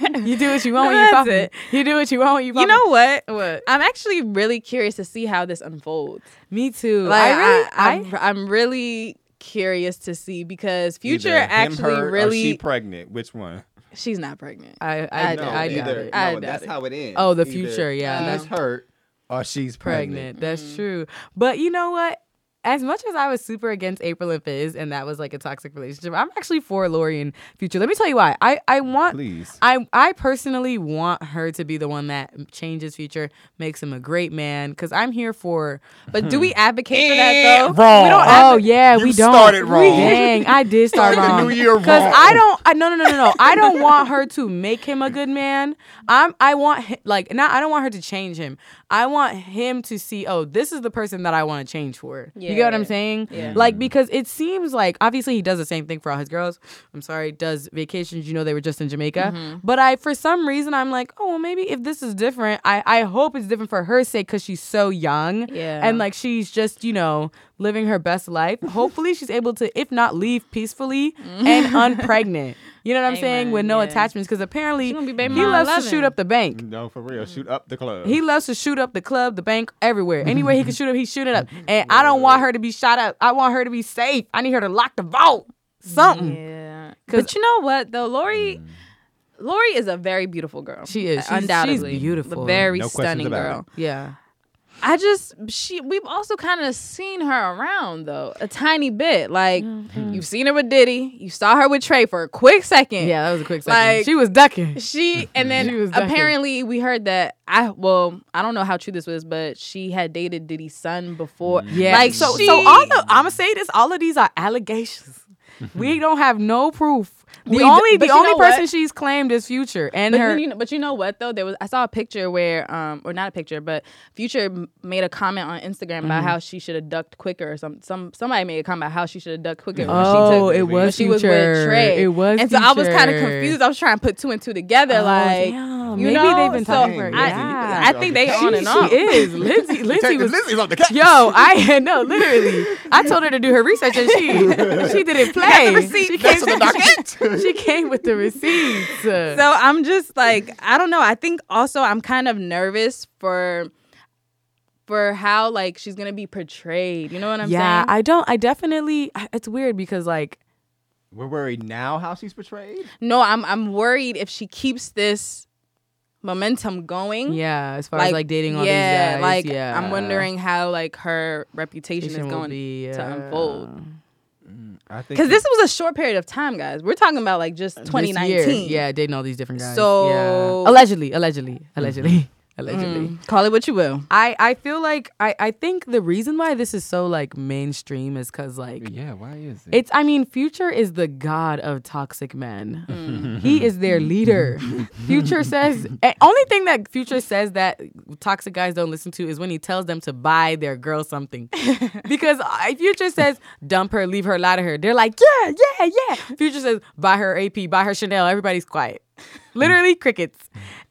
Speaker 2: *laughs*
Speaker 3: *laughs*
Speaker 1: it. you do what you want when you
Speaker 2: That's
Speaker 1: pop it. You do what you want when you pop
Speaker 2: You know
Speaker 1: it.
Speaker 2: what? What? I'm actually really curious to see how this unfolds.
Speaker 1: Me too.
Speaker 2: Like,
Speaker 1: I really, I,
Speaker 2: am I'm really curious to see because Future
Speaker 3: Either him,
Speaker 2: actually
Speaker 3: her, or
Speaker 2: really
Speaker 3: she pregnant. Which one?
Speaker 2: she's not pregnant.
Speaker 1: I, I,
Speaker 2: I
Speaker 1: I, doubt
Speaker 2: No, doubt
Speaker 3: either,
Speaker 1: it.
Speaker 3: No,
Speaker 2: I doubt
Speaker 3: that's
Speaker 2: it.
Speaker 3: how it ends.
Speaker 1: Oh, the
Speaker 3: Either
Speaker 1: future, yeah,
Speaker 2: no.
Speaker 3: He's hurt or she's pregnant.
Speaker 1: Pregnant. That's true. But you know what? as much as I was super against April and Fizz, and that was like a toxic relationship, I'm actually for Lori and Future. Let me tell you why. I I want
Speaker 3: Please.
Speaker 1: I I personally want her to be the one that changes Future, makes him a great man, because I'm here for.
Speaker 2: But do we advocate for that
Speaker 4: Eh,
Speaker 2: though?
Speaker 4: wrong.
Speaker 2: We don't
Speaker 1: Oh
Speaker 2: advocate.
Speaker 1: yeah,
Speaker 4: You
Speaker 1: we don't.
Speaker 4: started wrong.
Speaker 1: Dang, I did start
Speaker 4: Started the
Speaker 1: wrong.
Speaker 4: new year wrong.
Speaker 1: I don't. I, no, no, no, no, no. I don't want her to make him a good man. I'm. I want hi- like not. I don't want her to change him. I want him to see. Oh, this is the person that I want to change for. You get what I'm
Speaker 2: Yeah.
Speaker 1: saying?
Speaker 2: Yeah.
Speaker 1: Like because it seems like obviously he does the same thing for all his girls. I'm sorry. Does vacations? You know they were just in Jamaica.
Speaker 4: Mm-hmm.
Speaker 1: But I for some reason I'm like oh well maybe if this is different I I hope it's different for her sake because she's so young.
Speaker 2: Yeah.
Speaker 1: And like she's just, you know, living her best life. Hopefully she's able to, if not leave peacefully and unpregnant. You know what I'm saying? With no
Speaker 2: Amen, yeah.
Speaker 1: attachments. Because apparently
Speaker 2: She gonna be baby
Speaker 1: he
Speaker 2: mama
Speaker 1: loves to
Speaker 2: 11.
Speaker 1: shoot up the bank.
Speaker 4: No, for real. Shoot up the club.
Speaker 1: He loves to shoot up the club, the bank, everywhere. Anywhere he can shoot up, he shoot it *laughs* up. And I don't want her to be shot up. I want her to be safe. I need her to lock the vault. Something.
Speaker 2: Yeah.
Speaker 1: 'Cause-
Speaker 2: But you know what though, Lori
Speaker 3: Mm.
Speaker 2: Lori is a very beautiful girl.
Speaker 1: She is. She's- she's
Speaker 2: undoubtedly
Speaker 1: beautiful.
Speaker 2: A very
Speaker 3: No questions
Speaker 2: stunning
Speaker 3: about
Speaker 2: girl.
Speaker 3: it.
Speaker 1: Yeah.
Speaker 2: I just she we've also kind of seen her around though a tiny bit like
Speaker 1: Mm-hmm.
Speaker 2: you've seen her with Diddy you saw her with Trey for a quick second
Speaker 1: Yeah, that was a quick second.
Speaker 2: Like-
Speaker 1: she was ducking.
Speaker 2: she and
Speaker 1: *laughs*
Speaker 2: then
Speaker 1: She was ducking.
Speaker 2: apparently we heard that I well I don't know how true this was but she had dated Diddy's son before
Speaker 1: Yeah.
Speaker 2: like
Speaker 1: so,
Speaker 2: she,
Speaker 1: so all the I'm gonna say this. All of these are *laughs* allegations. we don't have no proof. The
Speaker 2: We d-
Speaker 1: only the
Speaker 2: but you
Speaker 1: only
Speaker 2: know
Speaker 1: person
Speaker 2: what?
Speaker 1: she's claimed is Future and
Speaker 2: But
Speaker 1: her.
Speaker 2: then you know, but you know what though? There was I saw a picture where, um, or not a picture, but Future m- made a comment on Instagram about
Speaker 1: Mm-hmm.
Speaker 2: how she should have ducked quicker, or some some somebody made a comment about how she should have ducked quicker. when she
Speaker 1: Oh,
Speaker 2: took,
Speaker 1: it
Speaker 2: when
Speaker 1: was
Speaker 2: she was
Speaker 1: Future.
Speaker 2: with Trey.
Speaker 1: It was
Speaker 2: and so I was kind of
Speaker 1: Future.
Speaker 2: confused. I was trying to put two and two together,
Speaker 1: Oh,
Speaker 2: like
Speaker 1: damn.
Speaker 2: you
Speaker 1: Maybe
Speaker 2: know,
Speaker 1: they've been
Speaker 2: so
Speaker 1: talking for-
Speaker 2: I,
Speaker 1: yeah.
Speaker 2: I think they on
Speaker 1: she
Speaker 2: and off. *laughs*
Speaker 1: is *laughs* Lindsay. Lindsay
Speaker 4: Take the
Speaker 1: was.
Speaker 4: Lizzie's off the cat.
Speaker 1: Yo,
Speaker 3: *laughs*
Speaker 1: I *laughs* no, literally. I told her to do her research and
Speaker 2: *laughs*
Speaker 1: she she didn't play. she, came,
Speaker 4: That's on the
Speaker 1: *laughs*
Speaker 4: docket.
Speaker 1: she came with the receipts.
Speaker 2: *laughs* So I'm just like I don't know. I think also I'm kind of nervous for for how like she's gonna be portrayed. You know what I'm
Speaker 1: yeah,
Speaker 2: saying?
Speaker 1: I don't. I definitely. It's weird because like
Speaker 3: We're worried now how she's portrayed.
Speaker 2: No, I'm I'm worried if she keeps this momentum going.
Speaker 1: yeah, as far as like dating all these
Speaker 2: yeah,
Speaker 1: guys.
Speaker 2: like
Speaker 1: yeah,
Speaker 2: I'm wondering how like her reputation is
Speaker 1: Patient will
Speaker 2: going
Speaker 1: be,
Speaker 2: to
Speaker 1: yeah.
Speaker 2: unfold.
Speaker 3: I think
Speaker 2: Because this was a short period of time, guys. We're talking about like just
Speaker 1: This year,
Speaker 2: 2019.
Speaker 1: Yeah, dating all these different guys.
Speaker 2: So-
Speaker 1: yeah. Mm-hmm. allegedly, allegedly, allegedly, *laughs* allegedly.
Speaker 2: Mm, call it what you will.
Speaker 1: I I feel like I I think the reason why this is so like mainstream is because like.
Speaker 3: Yeah, why is it?
Speaker 1: It's I mean Future is the god of toxic men. He is their leader. Future says eh, only thing that Future says that toxic guys don't listen to is when he tells them to buy their girl
Speaker 2: *laughs*
Speaker 1: something. because uh, Future says dump her, leave her, lie to her. They're like, "Yeah, yeah, yeah." Future says buy her AP, buy her Chanel. Everybody's
Speaker 2: *laughs*
Speaker 1: quiet. Literally crickets.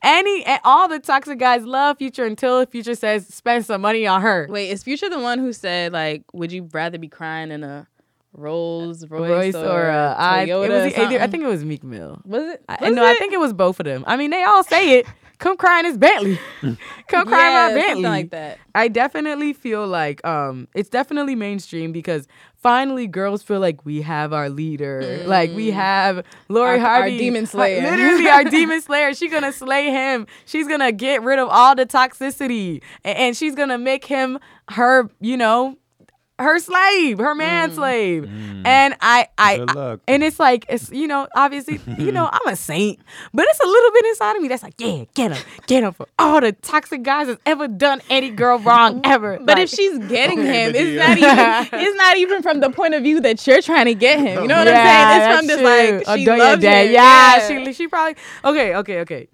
Speaker 1: Any and all the toxic guys love Future until Future says spend some money on her.
Speaker 2: Wait, is Future the one who said like, would you rather be crying in a Rolls Royce,
Speaker 1: Royce
Speaker 2: or,
Speaker 1: or uh,
Speaker 2: a
Speaker 1: I, it
Speaker 2: Toyota?
Speaker 1: was,
Speaker 2: or
Speaker 1: either- I
Speaker 2: something?
Speaker 1: think it was Meek Mill.
Speaker 2: was it.
Speaker 1: I,
Speaker 2: was
Speaker 1: no, I
Speaker 2: it?
Speaker 1: think it was both of them. I mean, they all say it. Come cry in his Bentley. *laughs* Come cry
Speaker 2: yeah,
Speaker 1: in my Bentley.
Speaker 2: something like that.
Speaker 1: I definitely feel like um, it's definitely mainstream because finally girls feel like we have our leader. Like we have Lori
Speaker 2: Mm. Our- our
Speaker 1: Harvey,
Speaker 2: demon slayer. *laughs*
Speaker 1: Literally our demon slayer. She's gonna slay him. She's gonna get rid of all the toxicity, A- and, she's gonna make him her. You know. Her slave, her man
Speaker 2: Mm.
Speaker 1: slave, and I, I,
Speaker 3: Good luck.
Speaker 1: and it's like it's you know obviously you know I'm a saint, but it's a little bit inside of me that's like yeah get him get him for all the toxic guys that's ever done any girl
Speaker 2: *laughs*
Speaker 1: wrong ever.
Speaker 2: But
Speaker 1: Like,
Speaker 2: if she's getting
Speaker 4: Okay,
Speaker 2: him,
Speaker 4: but
Speaker 2: it's
Speaker 4: yeah.
Speaker 2: not even it's not even from the point of view that you're trying to get him. You know what
Speaker 1: Yeah,
Speaker 2: I'm saying? It's from
Speaker 1: that's
Speaker 2: this
Speaker 1: true.
Speaker 2: like she
Speaker 1: Adore your
Speaker 2: loves
Speaker 1: dad.
Speaker 2: him.
Speaker 1: Yeah, she she probably okay okay okay.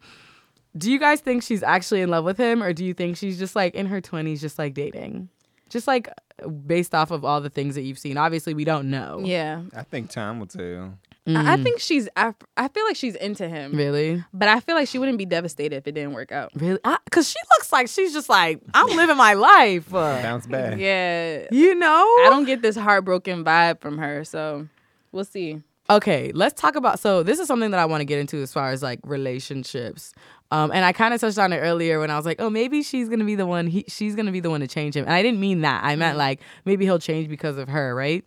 Speaker 1: Do you guys think she's actually in love with him, or do you think she's just like in her twenties, just like dating, just like based off of all the things that you've seen? Obviously, we don't know.
Speaker 2: yeah.
Speaker 3: I think time will tell.
Speaker 2: I I
Speaker 1: Mm.
Speaker 2: think she's. I, I feel like she's into him,
Speaker 1: Really,
Speaker 2: but I feel like she wouldn't be devastated if it didn't work out.
Speaker 1: really, I, cause she looks like she's just like I'm living my life. Uh,
Speaker 3: Bounce back.
Speaker 2: Yeah,
Speaker 1: you know,
Speaker 2: I don't get this heartbroken vibe from her, so we'll see.
Speaker 1: Okay, let's talk about. So this is something that I want to get into as far as like relationships. Um, and I kind of touched on it earlier when I was like, oh, maybe she's gonna be the one. He, she's gonna be the one to change him. And I didn't mean that. I meant like maybe he'll change because of her, right?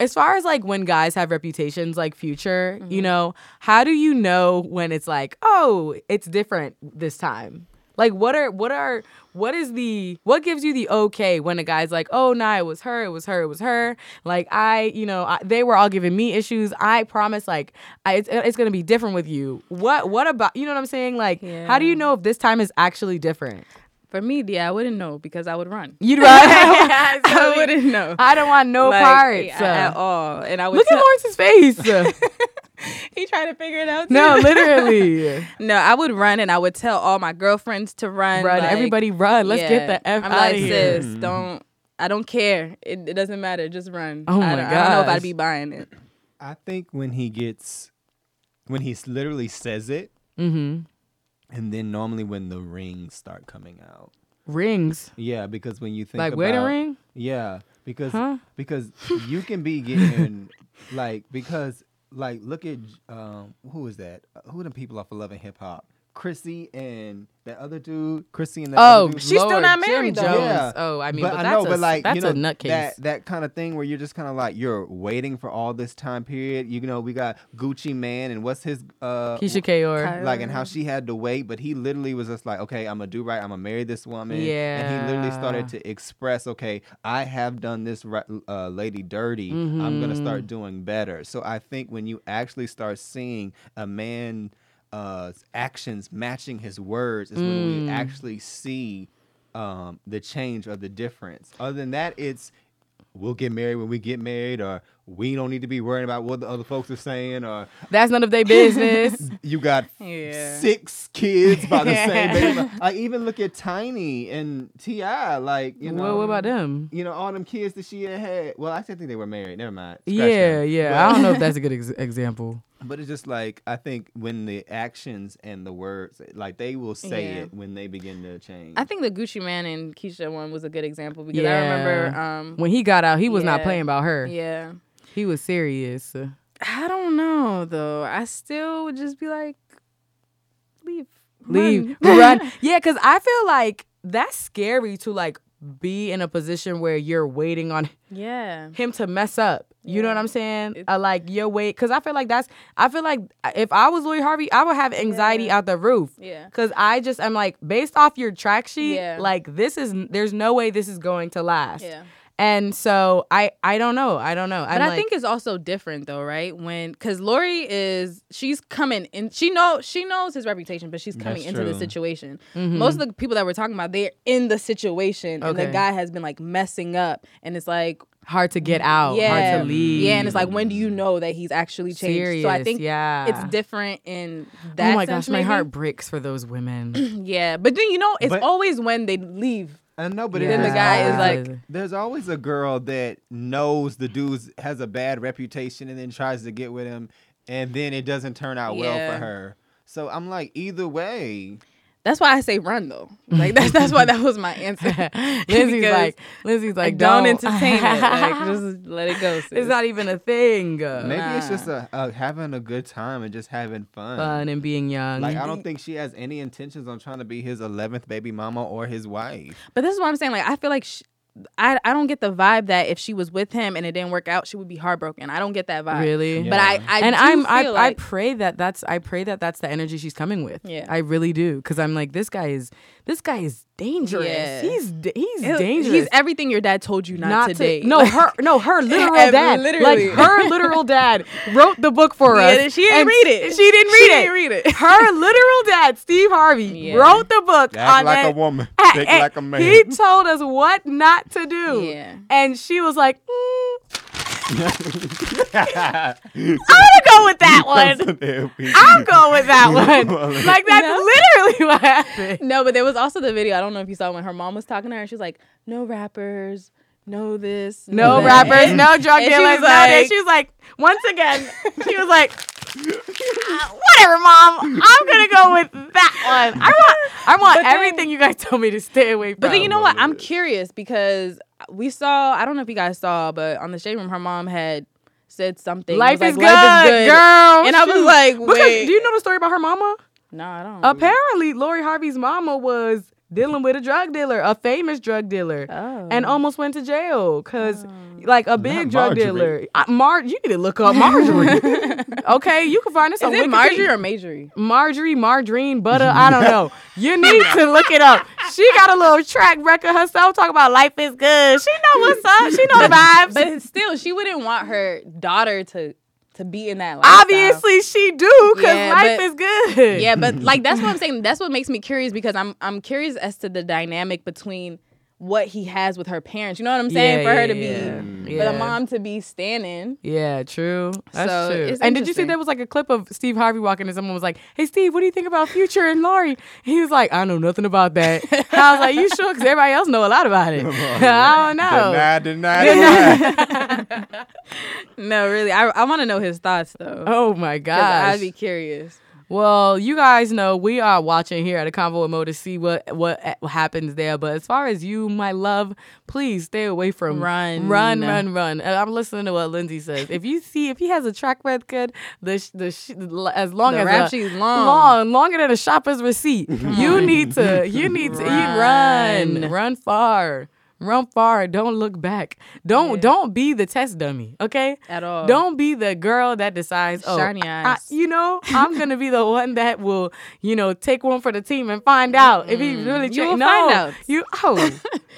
Speaker 1: As far as like when guys have reputations like future,
Speaker 2: Mm-hmm.
Speaker 1: you know, how do you know when it's like, oh, it's different this time? Like what are what are what is the what gives you the okay when a guy's like, "Oh, nah, it was her, it was her, it was her." Like I, you know, I, they were all giving me issues. I promise like I, it's it's going to be different with you. What what about, you know what I'm saying? Like how do you
Speaker 2: Yeah.
Speaker 1: know if this time is actually
Speaker 2: *laughs*
Speaker 1: different?
Speaker 2: For me, yeah, I wouldn't know because I would
Speaker 1: *laughs*
Speaker 2: run. *laughs*
Speaker 1: You'd right.
Speaker 2: I
Speaker 1: I
Speaker 2: wouldn't know.
Speaker 1: I don't want no
Speaker 2: Like,
Speaker 1: parts. uh,
Speaker 2: yeah, at all. And I would
Speaker 1: Look at
Speaker 2: tell-
Speaker 1: Lawrence's face.
Speaker 2: *laughs*
Speaker 1: *laughs*
Speaker 2: He trying to figure it out.
Speaker 1: no, *laughs*
Speaker 2: too.
Speaker 1: literally.
Speaker 2: no, I would run and I would tell all my girlfriends to run.
Speaker 1: Run,
Speaker 2: like,
Speaker 1: everybody run. Let's get
Speaker 2: yeah.
Speaker 1: the F
Speaker 2: I'm
Speaker 1: out
Speaker 2: like,
Speaker 1: of here.
Speaker 2: sis, don't. I don't care. It, it doesn't matter. Just run.
Speaker 1: Oh my
Speaker 2: I don't, I don't know if
Speaker 1: gosh.
Speaker 2: I'd be buying it.
Speaker 3: I think when he gets, when he s- literally says it,
Speaker 1: Mm-hmm.
Speaker 3: and then normally when the rings start coming out.
Speaker 1: Rings.
Speaker 3: Yeah, because when you think
Speaker 1: like,
Speaker 3: about,
Speaker 1: wedding ring?
Speaker 3: Yeah, because
Speaker 1: Huh?
Speaker 3: because you can be getting like because like look at um who is that? Who are the people off of Love and Hip Hop? Chrissy and that other dude. Chrissy and that
Speaker 1: Oh,
Speaker 3: other dude.
Speaker 1: she's still
Speaker 2: Lord,
Speaker 1: not married,
Speaker 2: Jim
Speaker 1: though.
Speaker 2: Jones.
Speaker 3: Yeah.
Speaker 1: Oh, I mean,
Speaker 3: but,
Speaker 1: but,
Speaker 3: I
Speaker 1: that's,
Speaker 3: know,
Speaker 1: a,
Speaker 3: but like
Speaker 1: that's
Speaker 3: you know,
Speaker 1: a nutcase.
Speaker 3: That that kind of thing where you're just kind of like you're waiting for all this time period. You know, we got Gucci Man and what's his uh
Speaker 1: Keisha Kayor.
Speaker 2: Kylie.
Speaker 3: like and how she had to wait, but he literally was just like, okay, I'm gonna do right. I'm gonna marry this woman. and he literally started
Speaker 1: Yeah.
Speaker 3: to express, okay, I have done this right, uh, lady dirty. I'm gonna start doing better. So I think when you actually start seeing a man. Uh, actions matching his words is when we actually see um, the change or the difference. Other than that, it's we'll get married when we get married, or we don't need to be worrying about what the other folks are saying, or
Speaker 1: That's none of their *laughs*
Speaker 3: *laughs*
Speaker 1: business.
Speaker 3: you got
Speaker 2: *laughs* Yeah.
Speaker 3: six kids by
Speaker 2: *laughs*
Speaker 3: the same baby. I even look at Tiny and Ti, like you know,
Speaker 1: well, what about them?
Speaker 3: you know all them kids that she had. had. Well, I still think they were married. Never mind. Scratch
Speaker 1: Yeah,
Speaker 3: that.
Speaker 1: yeah. I don't know if that's a good *laughs* ex- example.
Speaker 3: *laughs* But it's just like I think when the actions and the words, like they will say
Speaker 2: Yeah.
Speaker 3: it when they begin to change.
Speaker 2: I think the Gucci Man and Keisha one was a good example because I
Speaker 1: Yeah.
Speaker 2: remember. Um,
Speaker 1: When he got out, he was not
Speaker 2: Yeah.
Speaker 1: playing about her.
Speaker 2: yeah.
Speaker 1: He was serious.
Speaker 2: I don't know though. I still would just be like, leave,
Speaker 1: *laughs* leave,
Speaker 2: Run.
Speaker 1: run. Yeah, because I feel like that's scary to like be in a position where you're waiting on
Speaker 2: *laughs* yeah,
Speaker 1: him to mess up. You know what
Speaker 2: Yeah.
Speaker 1: I'm saying?
Speaker 2: It-
Speaker 1: Uh, like your wait, because I feel like that's. I feel like if I was Louis Harvey, I would have anxiety out the roof.
Speaker 2: yeah,
Speaker 1: Cause I just am like based off your track sheet,
Speaker 2: Yeah.
Speaker 1: like this is there's no way this is going to last.
Speaker 2: yeah.
Speaker 1: And so I I don't know I don't know.
Speaker 2: But I think it's also different though, right? When because Lori is she's coming in, she know she knows his reputation, but she's coming
Speaker 3: That's
Speaker 2: into the
Speaker 3: true.
Speaker 2: situation.
Speaker 1: Mhm.
Speaker 2: Most of the people that we're talking about, they're in the situation, and the
Speaker 1: Okay.
Speaker 2: guy has been like messing up, and it's like
Speaker 1: hard to get out,
Speaker 2: yeah,
Speaker 1: Oh, hard to leave.
Speaker 2: yeah, and it's like when do you know that he's actually changed?
Speaker 1: serious.
Speaker 2: so I think
Speaker 1: yeah,
Speaker 2: it's different in that.
Speaker 1: Oh my
Speaker 2: sense,
Speaker 1: gosh, my
Speaker 2: maybe.
Speaker 1: heart breaks for those women.
Speaker 2: *clears throat* Yeah, but then you know it's
Speaker 3: But-
Speaker 2: always when they leave.
Speaker 3: I know, but
Speaker 2: Yeah.
Speaker 3: it
Speaker 2: Then the
Speaker 3: just-
Speaker 2: guy is like-
Speaker 1: *laughs*
Speaker 3: There's always a girl that knows the dude's has a bad reputation and then tries to get with him, and then it doesn't turn out well
Speaker 2: Yeah.
Speaker 3: for her. So I'm like, either way,
Speaker 2: That's why I say run though. Like that's that's why that was my
Speaker 1: *laughs*
Speaker 2: answer.
Speaker 1: Lindsay's
Speaker 2: Because
Speaker 1: like, Lindsay's like,
Speaker 2: don't entertain it.
Speaker 1: *laughs*
Speaker 2: Like just let it go. Sis.
Speaker 1: it's not even a thing. uh,
Speaker 3: maybe it's just a, a having a good time and just having fun.
Speaker 1: Ah. Fun Mm-hmm. and being young.
Speaker 3: Like I don't think she has any intentions on trying to be his eleventh baby mama or his wife.
Speaker 2: But this is what I'm saying. Like I feel like sh I I don't get the vibe that if she was with him and it didn't work out, she would be heartbroken. I don't get that vibe.
Speaker 1: Really?
Speaker 2: But I I
Speaker 1: and
Speaker 2: do
Speaker 1: I'm I,
Speaker 2: feel
Speaker 1: I
Speaker 2: like,
Speaker 1: pray that that's I pray that that's the energy she's coming with.
Speaker 2: Yeah.
Speaker 1: I really do because I'm like this guy is this guy is dangerous.
Speaker 2: Yeah.
Speaker 1: He's da- he's
Speaker 2: Ew,
Speaker 1: dangerous.
Speaker 2: He's everything your dad told you not, to date.
Speaker 1: No,
Speaker 2: Like, *laughs*
Speaker 1: her no her literal
Speaker 2: Ev-
Speaker 1: dad.
Speaker 2: literally.
Speaker 1: Like her literal dad wrote the book for
Speaker 2: Yeah,
Speaker 1: us.
Speaker 2: she didn't
Speaker 1: and
Speaker 2: read it.
Speaker 1: She didn't read
Speaker 2: She
Speaker 1: it.
Speaker 2: didn't read *laughs* it.
Speaker 1: Her literal dad, Steve Harvey,
Speaker 2: Yeah.
Speaker 1: wrote the book
Speaker 4: Act
Speaker 1: on
Speaker 4: like
Speaker 1: Ah, that-
Speaker 4: a
Speaker 1: *laughs*
Speaker 4: woman.
Speaker 1: a-
Speaker 4: Think
Speaker 1: a-
Speaker 4: like a man.
Speaker 3: *laughs*
Speaker 1: He told us what not to do.
Speaker 2: Yeah.
Speaker 1: And she was like, mm, *laughs* I'm gonna go with that one.
Speaker 4: There we
Speaker 1: *laughs* I'll go with that one. Like that's literally what happened.
Speaker 2: No, but there was also the video. I don't know if you saw when her mom was talking to her. and She was like, "No rappers, no this,
Speaker 1: No
Speaker 2: that."
Speaker 1: rappers, no drug
Speaker 2: and she
Speaker 1: dealers,
Speaker 2: was
Speaker 1: no this.
Speaker 2: like-
Speaker 1: She was like, once again, she was like, "Ah, whatever, mom. I'm gonna go with that one. I want, I want
Speaker 2: But then-
Speaker 1: everything you guys told me to stay away from.
Speaker 2: But then you know what? I'm curious because we saw. I don't know if you guys saw, but on the shade room, her mom had said something. It
Speaker 1: Life,
Speaker 2: was
Speaker 1: is,
Speaker 2: like,
Speaker 1: good, girl.
Speaker 2: And I was
Speaker 1: shoot.
Speaker 2: like,
Speaker 1: Because
Speaker 2: wait.
Speaker 1: do you know the story about her mama?
Speaker 2: No, I don't.
Speaker 1: Apparently, Lori Harvey's mama was dealing with a drug dealer, a famous drug dealer,
Speaker 2: Oh. *laughs*
Speaker 1: and almost went to jail because, like, a big
Speaker 3: Not
Speaker 1: drug dealer.
Speaker 3: Marjorie.
Speaker 1: I, Mar, you need to look up Marjorie.
Speaker 2: *laughs*
Speaker 1: okay, you can find this
Speaker 2: Is
Speaker 1: on
Speaker 2: it
Speaker 1: Wikipedia.
Speaker 2: Marjorie or Majorie?
Speaker 1: Marjorie, margarine, butter, I don't know. You need to look it up. She got a little track record herself talking about life is good. She know what's up. She know the vibes.
Speaker 2: But still, she wouldn't want her daughter to to be in that. Lifestyle.
Speaker 1: Obviously she do because
Speaker 2: Yeah,
Speaker 1: life
Speaker 2: but-
Speaker 1: is good.
Speaker 2: Yeah, but like that's what I'm saying. That's what makes me curious because I'm I'm curious as to the dynamic between what he has with her parents. You know what I'm saying?
Speaker 1: Yeah,
Speaker 2: For
Speaker 1: yeah,
Speaker 2: her to
Speaker 1: yeah.
Speaker 2: be,
Speaker 1: Yeah.
Speaker 2: for the mom to be standing.
Speaker 1: Yeah, true. That's
Speaker 2: So,
Speaker 1: true.
Speaker 2: it's
Speaker 1: And did you see
Speaker 2: interesting.
Speaker 1: there was like a clip of Steve Harvey walking and someone was like, Hey Steve, what do you think about Future and Laurie? He was like, I know nothing about that. I was like, You sure? Because everybody else know a lot about it. *laughs* I don't know.
Speaker 4: Deny, deny, deny.
Speaker 2: No, really. I I want to know his thoughts though.
Speaker 1: Oh my
Speaker 2: 'Cause
Speaker 1: gosh.
Speaker 2: I'd be curious.
Speaker 1: Well, you guys know we are watching here at a convo with Mo to see what what happens there. But as far as you, my love, please stay away from
Speaker 2: Run.
Speaker 1: run, run, run. And I'm listening to what Lindsay says. If you see if he has a track record, the sh- the sh- as long
Speaker 2: The
Speaker 1: as
Speaker 2: rap
Speaker 1: a-
Speaker 2: sheet's long.
Speaker 1: long, longer than a shopper's
Speaker 2: *laughs*
Speaker 1: receipt, you need to you need to you run. run,
Speaker 2: Run.
Speaker 1: far. Run far, don't look back. Don't don't be the test dummy, okay?
Speaker 2: At all.
Speaker 1: Don't be the girl that decides, oh,
Speaker 2: Uh, Shiny
Speaker 1: I- I-
Speaker 2: eyes.
Speaker 1: you know, I'm gonna be the one that will, you know, take one for the team and find out if he really.
Speaker 2: You
Speaker 1: tra-
Speaker 2: will
Speaker 1: no,
Speaker 2: find out.
Speaker 1: you
Speaker 2: *laughs*
Speaker 1: oh,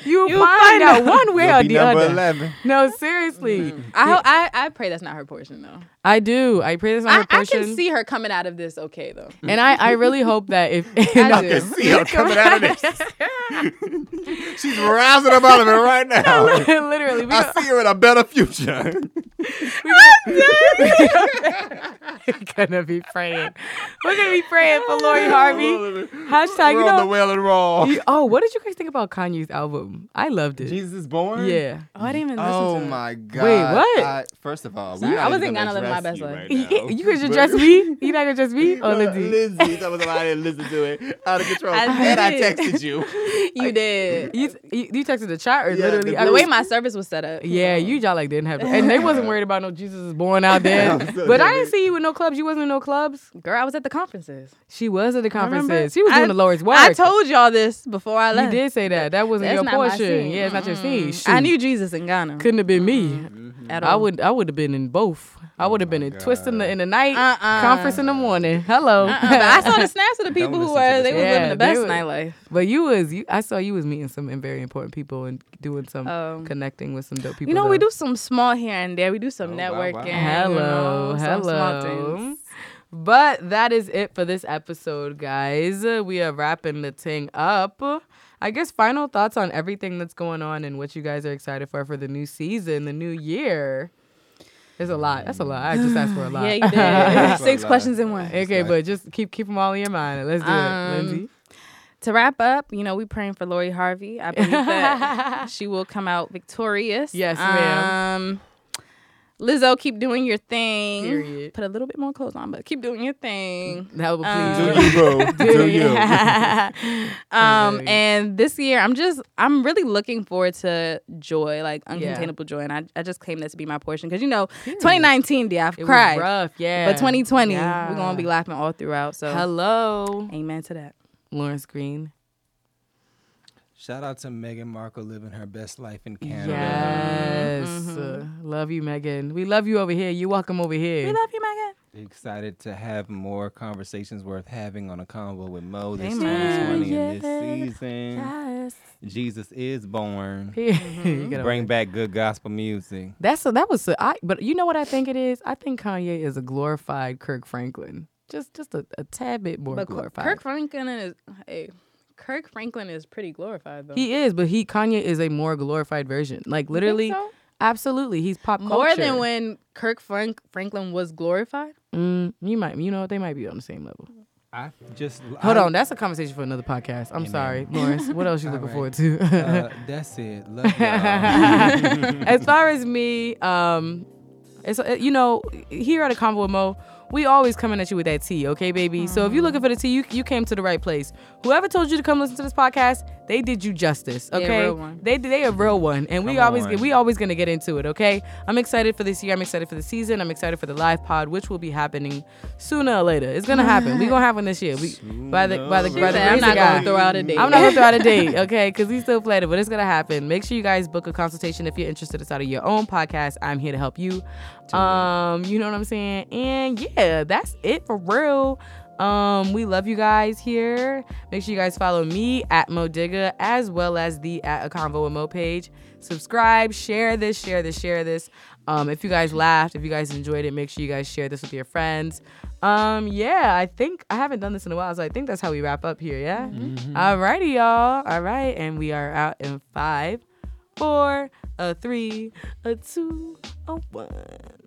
Speaker 1: you find, out one way
Speaker 4: You'll
Speaker 1: or
Speaker 4: be
Speaker 1: the
Speaker 4: number
Speaker 1: other.
Speaker 4: 11.
Speaker 1: No, seriously,
Speaker 2: I, ho- I I pray that's not her portion though.
Speaker 1: I do. I pray this on
Speaker 2: I,
Speaker 1: her
Speaker 2: I
Speaker 1: portion,
Speaker 2: can see her coming out of this okay though.
Speaker 1: and I, I really hope that
Speaker 2: *laughs*
Speaker 1: if
Speaker 2: I
Speaker 4: I
Speaker 2: do.
Speaker 4: can see her coming out of
Speaker 1: *laughs*
Speaker 4: this. *laughs* She's rousing up out of it
Speaker 1: *laughs*
Speaker 4: right now.
Speaker 1: literally, we
Speaker 4: I see her in a better future.
Speaker 1: *laughs* are gonna be praying. We're gonna be praying for Lori
Speaker 3: *laughs*
Speaker 1: Harvey. Hashtag you
Speaker 4: We're on the
Speaker 1: know.
Speaker 4: well and wrong.
Speaker 1: you- oh, what did you guys think about Kanye's album? I loved it.
Speaker 4: Jesus born?
Speaker 1: Yeah.
Speaker 2: Oh, I didn't even listen
Speaker 4: Oh
Speaker 2: to it.
Speaker 4: my God.
Speaker 1: what?
Speaker 4: I, first of all,
Speaker 2: Sorry, I
Speaker 4: I
Speaker 2: wasn't gonna live my best life. *laughs*
Speaker 1: You, you could just
Speaker 4: *laughs*
Speaker 1: dress me. You not gonna dress me Oh, or Lindsay?
Speaker 4: Lindsay, that was a lie. I didn't listen to it. Out of control.
Speaker 2: I
Speaker 4: and I
Speaker 2: did.
Speaker 4: texted
Speaker 2: *laughs*
Speaker 4: you.
Speaker 2: You did.
Speaker 1: You, you, you texted the chat or
Speaker 4: Yeah,
Speaker 1: literally
Speaker 4: the
Speaker 1: I
Speaker 2: uh, the
Speaker 1: was-
Speaker 2: way my service was set up.
Speaker 1: yeah, you y'all like didn't have and they wasn't worried about no Jesus is born out
Speaker 2: *laughs*
Speaker 1: there.
Speaker 4: I'm so
Speaker 1: but I
Speaker 4: dead.
Speaker 1: didn't see you in no clubs. You wasn't in no clubs.
Speaker 2: girl, I was at the conferences.
Speaker 1: She was at the
Speaker 2: Remember?
Speaker 1: conferences. She was doing
Speaker 2: I-
Speaker 1: the Lord's work.
Speaker 2: I told y'all this before I
Speaker 1: you
Speaker 2: left.
Speaker 1: did say that. That wasn't
Speaker 2: That's
Speaker 1: your
Speaker 2: not my
Speaker 1: portion.
Speaker 2: scene.
Speaker 1: Yeah, it's not your scene. Shoot.
Speaker 2: I knew Jesus in Ghana.
Speaker 1: couldn't have been me.
Speaker 2: at all.
Speaker 1: I would I would have been in both. I would have
Speaker 2: Oh
Speaker 1: been in twist in the in the night,
Speaker 2: Uh-uh.
Speaker 1: conference in the morning. Hello. *laughs*
Speaker 2: Uh-uh, but I saw the snaps of the people who
Speaker 4: listen to this
Speaker 2: were they were
Speaker 1: one.
Speaker 2: living
Speaker 1: Yeah,
Speaker 2: the best
Speaker 1: they were-
Speaker 2: nightlife.
Speaker 1: But you was you, I saw you was meeting some very important people and doing some
Speaker 2: Um,
Speaker 1: connecting with some dope people.
Speaker 2: You know, we
Speaker 1: though.
Speaker 2: do some small here and there. We do some
Speaker 4: Oh, wow,
Speaker 2: networking.
Speaker 4: wow.
Speaker 1: Hello,
Speaker 2: you know, Some
Speaker 1: hello.
Speaker 2: small things.
Speaker 1: But that is it for this episode, guys. Uh, We are wrapping the thing up. I guess final thoughts on everything that's going on and what you guys are excited for for the new season, the new year. There's a lot. That's a lot. I just asked
Speaker 2: *sighs*
Speaker 1: for a lot.
Speaker 2: Yeah,
Speaker 1: *laughs*
Speaker 2: you did.
Speaker 4: That's
Speaker 2: Six
Speaker 4: a lot.
Speaker 2: questions in one.
Speaker 1: okay, but just keep keep them all in your mind. and Let's do
Speaker 2: Um,
Speaker 1: it, Lindsay.
Speaker 2: To wrap up, you know, we praying for Lori Harvey.
Speaker 1: *laughs*
Speaker 2: I believe that she will come out victorious.
Speaker 1: Yes, ma'am.
Speaker 2: Um, Lizzo, keep doing your thing.
Speaker 1: Period.
Speaker 2: Put a little bit more clothes on, but keep doing
Speaker 1: *laughs*
Speaker 2: your thing.
Speaker 1: That would
Speaker 2: um,
Speaker 1: please.
Speaker 4: Do you, bro?
Speaker 1: *laughs*
Speaker 4: Do
Speaker 2: *laughs*
Speaker 4: you?
Speaker 1: hear
Speaker 2: um,
Speaker 1: you.
Speaker 2: and this year, I'm just, I'm really looking forward to joy, like uncontainable joy. And I, I just claim that to be my portion. Because, you know, 2019, yeah, I've
Speaker 1: it
Speaker 2: cried.
Speaker 1: was rough, yeah.
Speaker 2: But 2020,
Speaker 1: Yeah.
Speaker 2: we're going to be laughing all throughout. So,
Speaker 1: Hello,
Speaker 2: amen to that.
Speaker 1: Lawrence Green.
Speaker 3: Shout out to Meghan Markle living her best life in Canada.
Speaker 1: Yes. Uh, love you, Megan. We love you over here. You welcome over here.
Speaker 2: Mm-hmm. We love you, Megan.
Speaker 3: Excited to have more conversations worth having on a convo with Mo this
Speaker 2: Amen.
Speaker 3: 2020 and this season.
Speaker 1: *laughs*
Speaker 3: Jesus is born.
Speaker 2: Mm-hmm.
Speaker 1: You gotta-
Speaker 3: Mm. Bring back good gospel music.
Speaker 1: That's a, that was a, I, but you know what I think it is? I think Kanye is a glorified Kirk Franklin. Just just a, a tad bit more
Speaker 2: But Kirk-
Speaker 1: glorified.
Speaker 2: Kirk Franklin is hey, Kirk Franklin is pretty glorified though.
Speaker 1: he is, but he Kanye is a more glorified version. Like literally,
Speaker 2: so?
Speaker 1: absolutely, he's pop culture.
Speaker 2: More than when Kirk Frank- Franklin was glorified.
Speaker 1: Mm, you might, you know, what? they might be on the same level.
Speaker 3: I just
Speaker 1: Hold
Speaker 3: I-
Speaker 1: on, that's a conversation for another podcast. I'm sorry, Lawrence. What else you looking
Speaker 3: right.
Speaker 1: forward to? *laughs*
Speaker 3: Uh, that's it. Love y'all.
Speaker 1: as far as me, um, it's uh, you know, here at a combo with Mo, we always coming at you with that tea, okay, baby? So if you're looking for the tea, you, you came to the right place. Whoever told you to come listen to this podcast, they did you justice,
Speaker 2: a
Speaker 1: okay?
Speaker 2: real one.
Speaker 1: They they a real one, and we
Speaker 3: Come
Speaker 1: always
Speaker 3: on.
Speaker 1: get we always gonna get into it, okay? I'm excited for this year. I'm excited for the season. I'm excited for the live pod, which will be happening sooner or later. It's
Speaker 2: *laughs*
Speaker 1: gonna happen. we gonna have one this year. We *laughs* by the by the
Speaker 3: Sooner
Speaker 1: by the
Speaker 2: She said, I'm
Speaker 1: grace of
Speaker 2: not
Speaker 1: God.
Speaker 2: gonna throw out a date.
Speaker 1: I'm not gonna throw out a date, okay? Because we still planning, but it's gonna happen. Make sure you guys book a consultation if you're interested outside of your own podcast. I'm here to help you. Um, you know what I'm saying? And yeah, that's it for real. Um, we love you guys here. Make sure you guys follow me at Modiga as well as the at a convo with Mo page. Subscribe, share this, share this, share this. Um, if you guys laughed, if you guys enjoyed it, make sure you guys share this with your friends. Um, yeah, I think I haven't done this in a while, so I think that's how we wrap up here. Yeah. All righty, y'all. All right, and we are out in five, four, a three, a two, a one.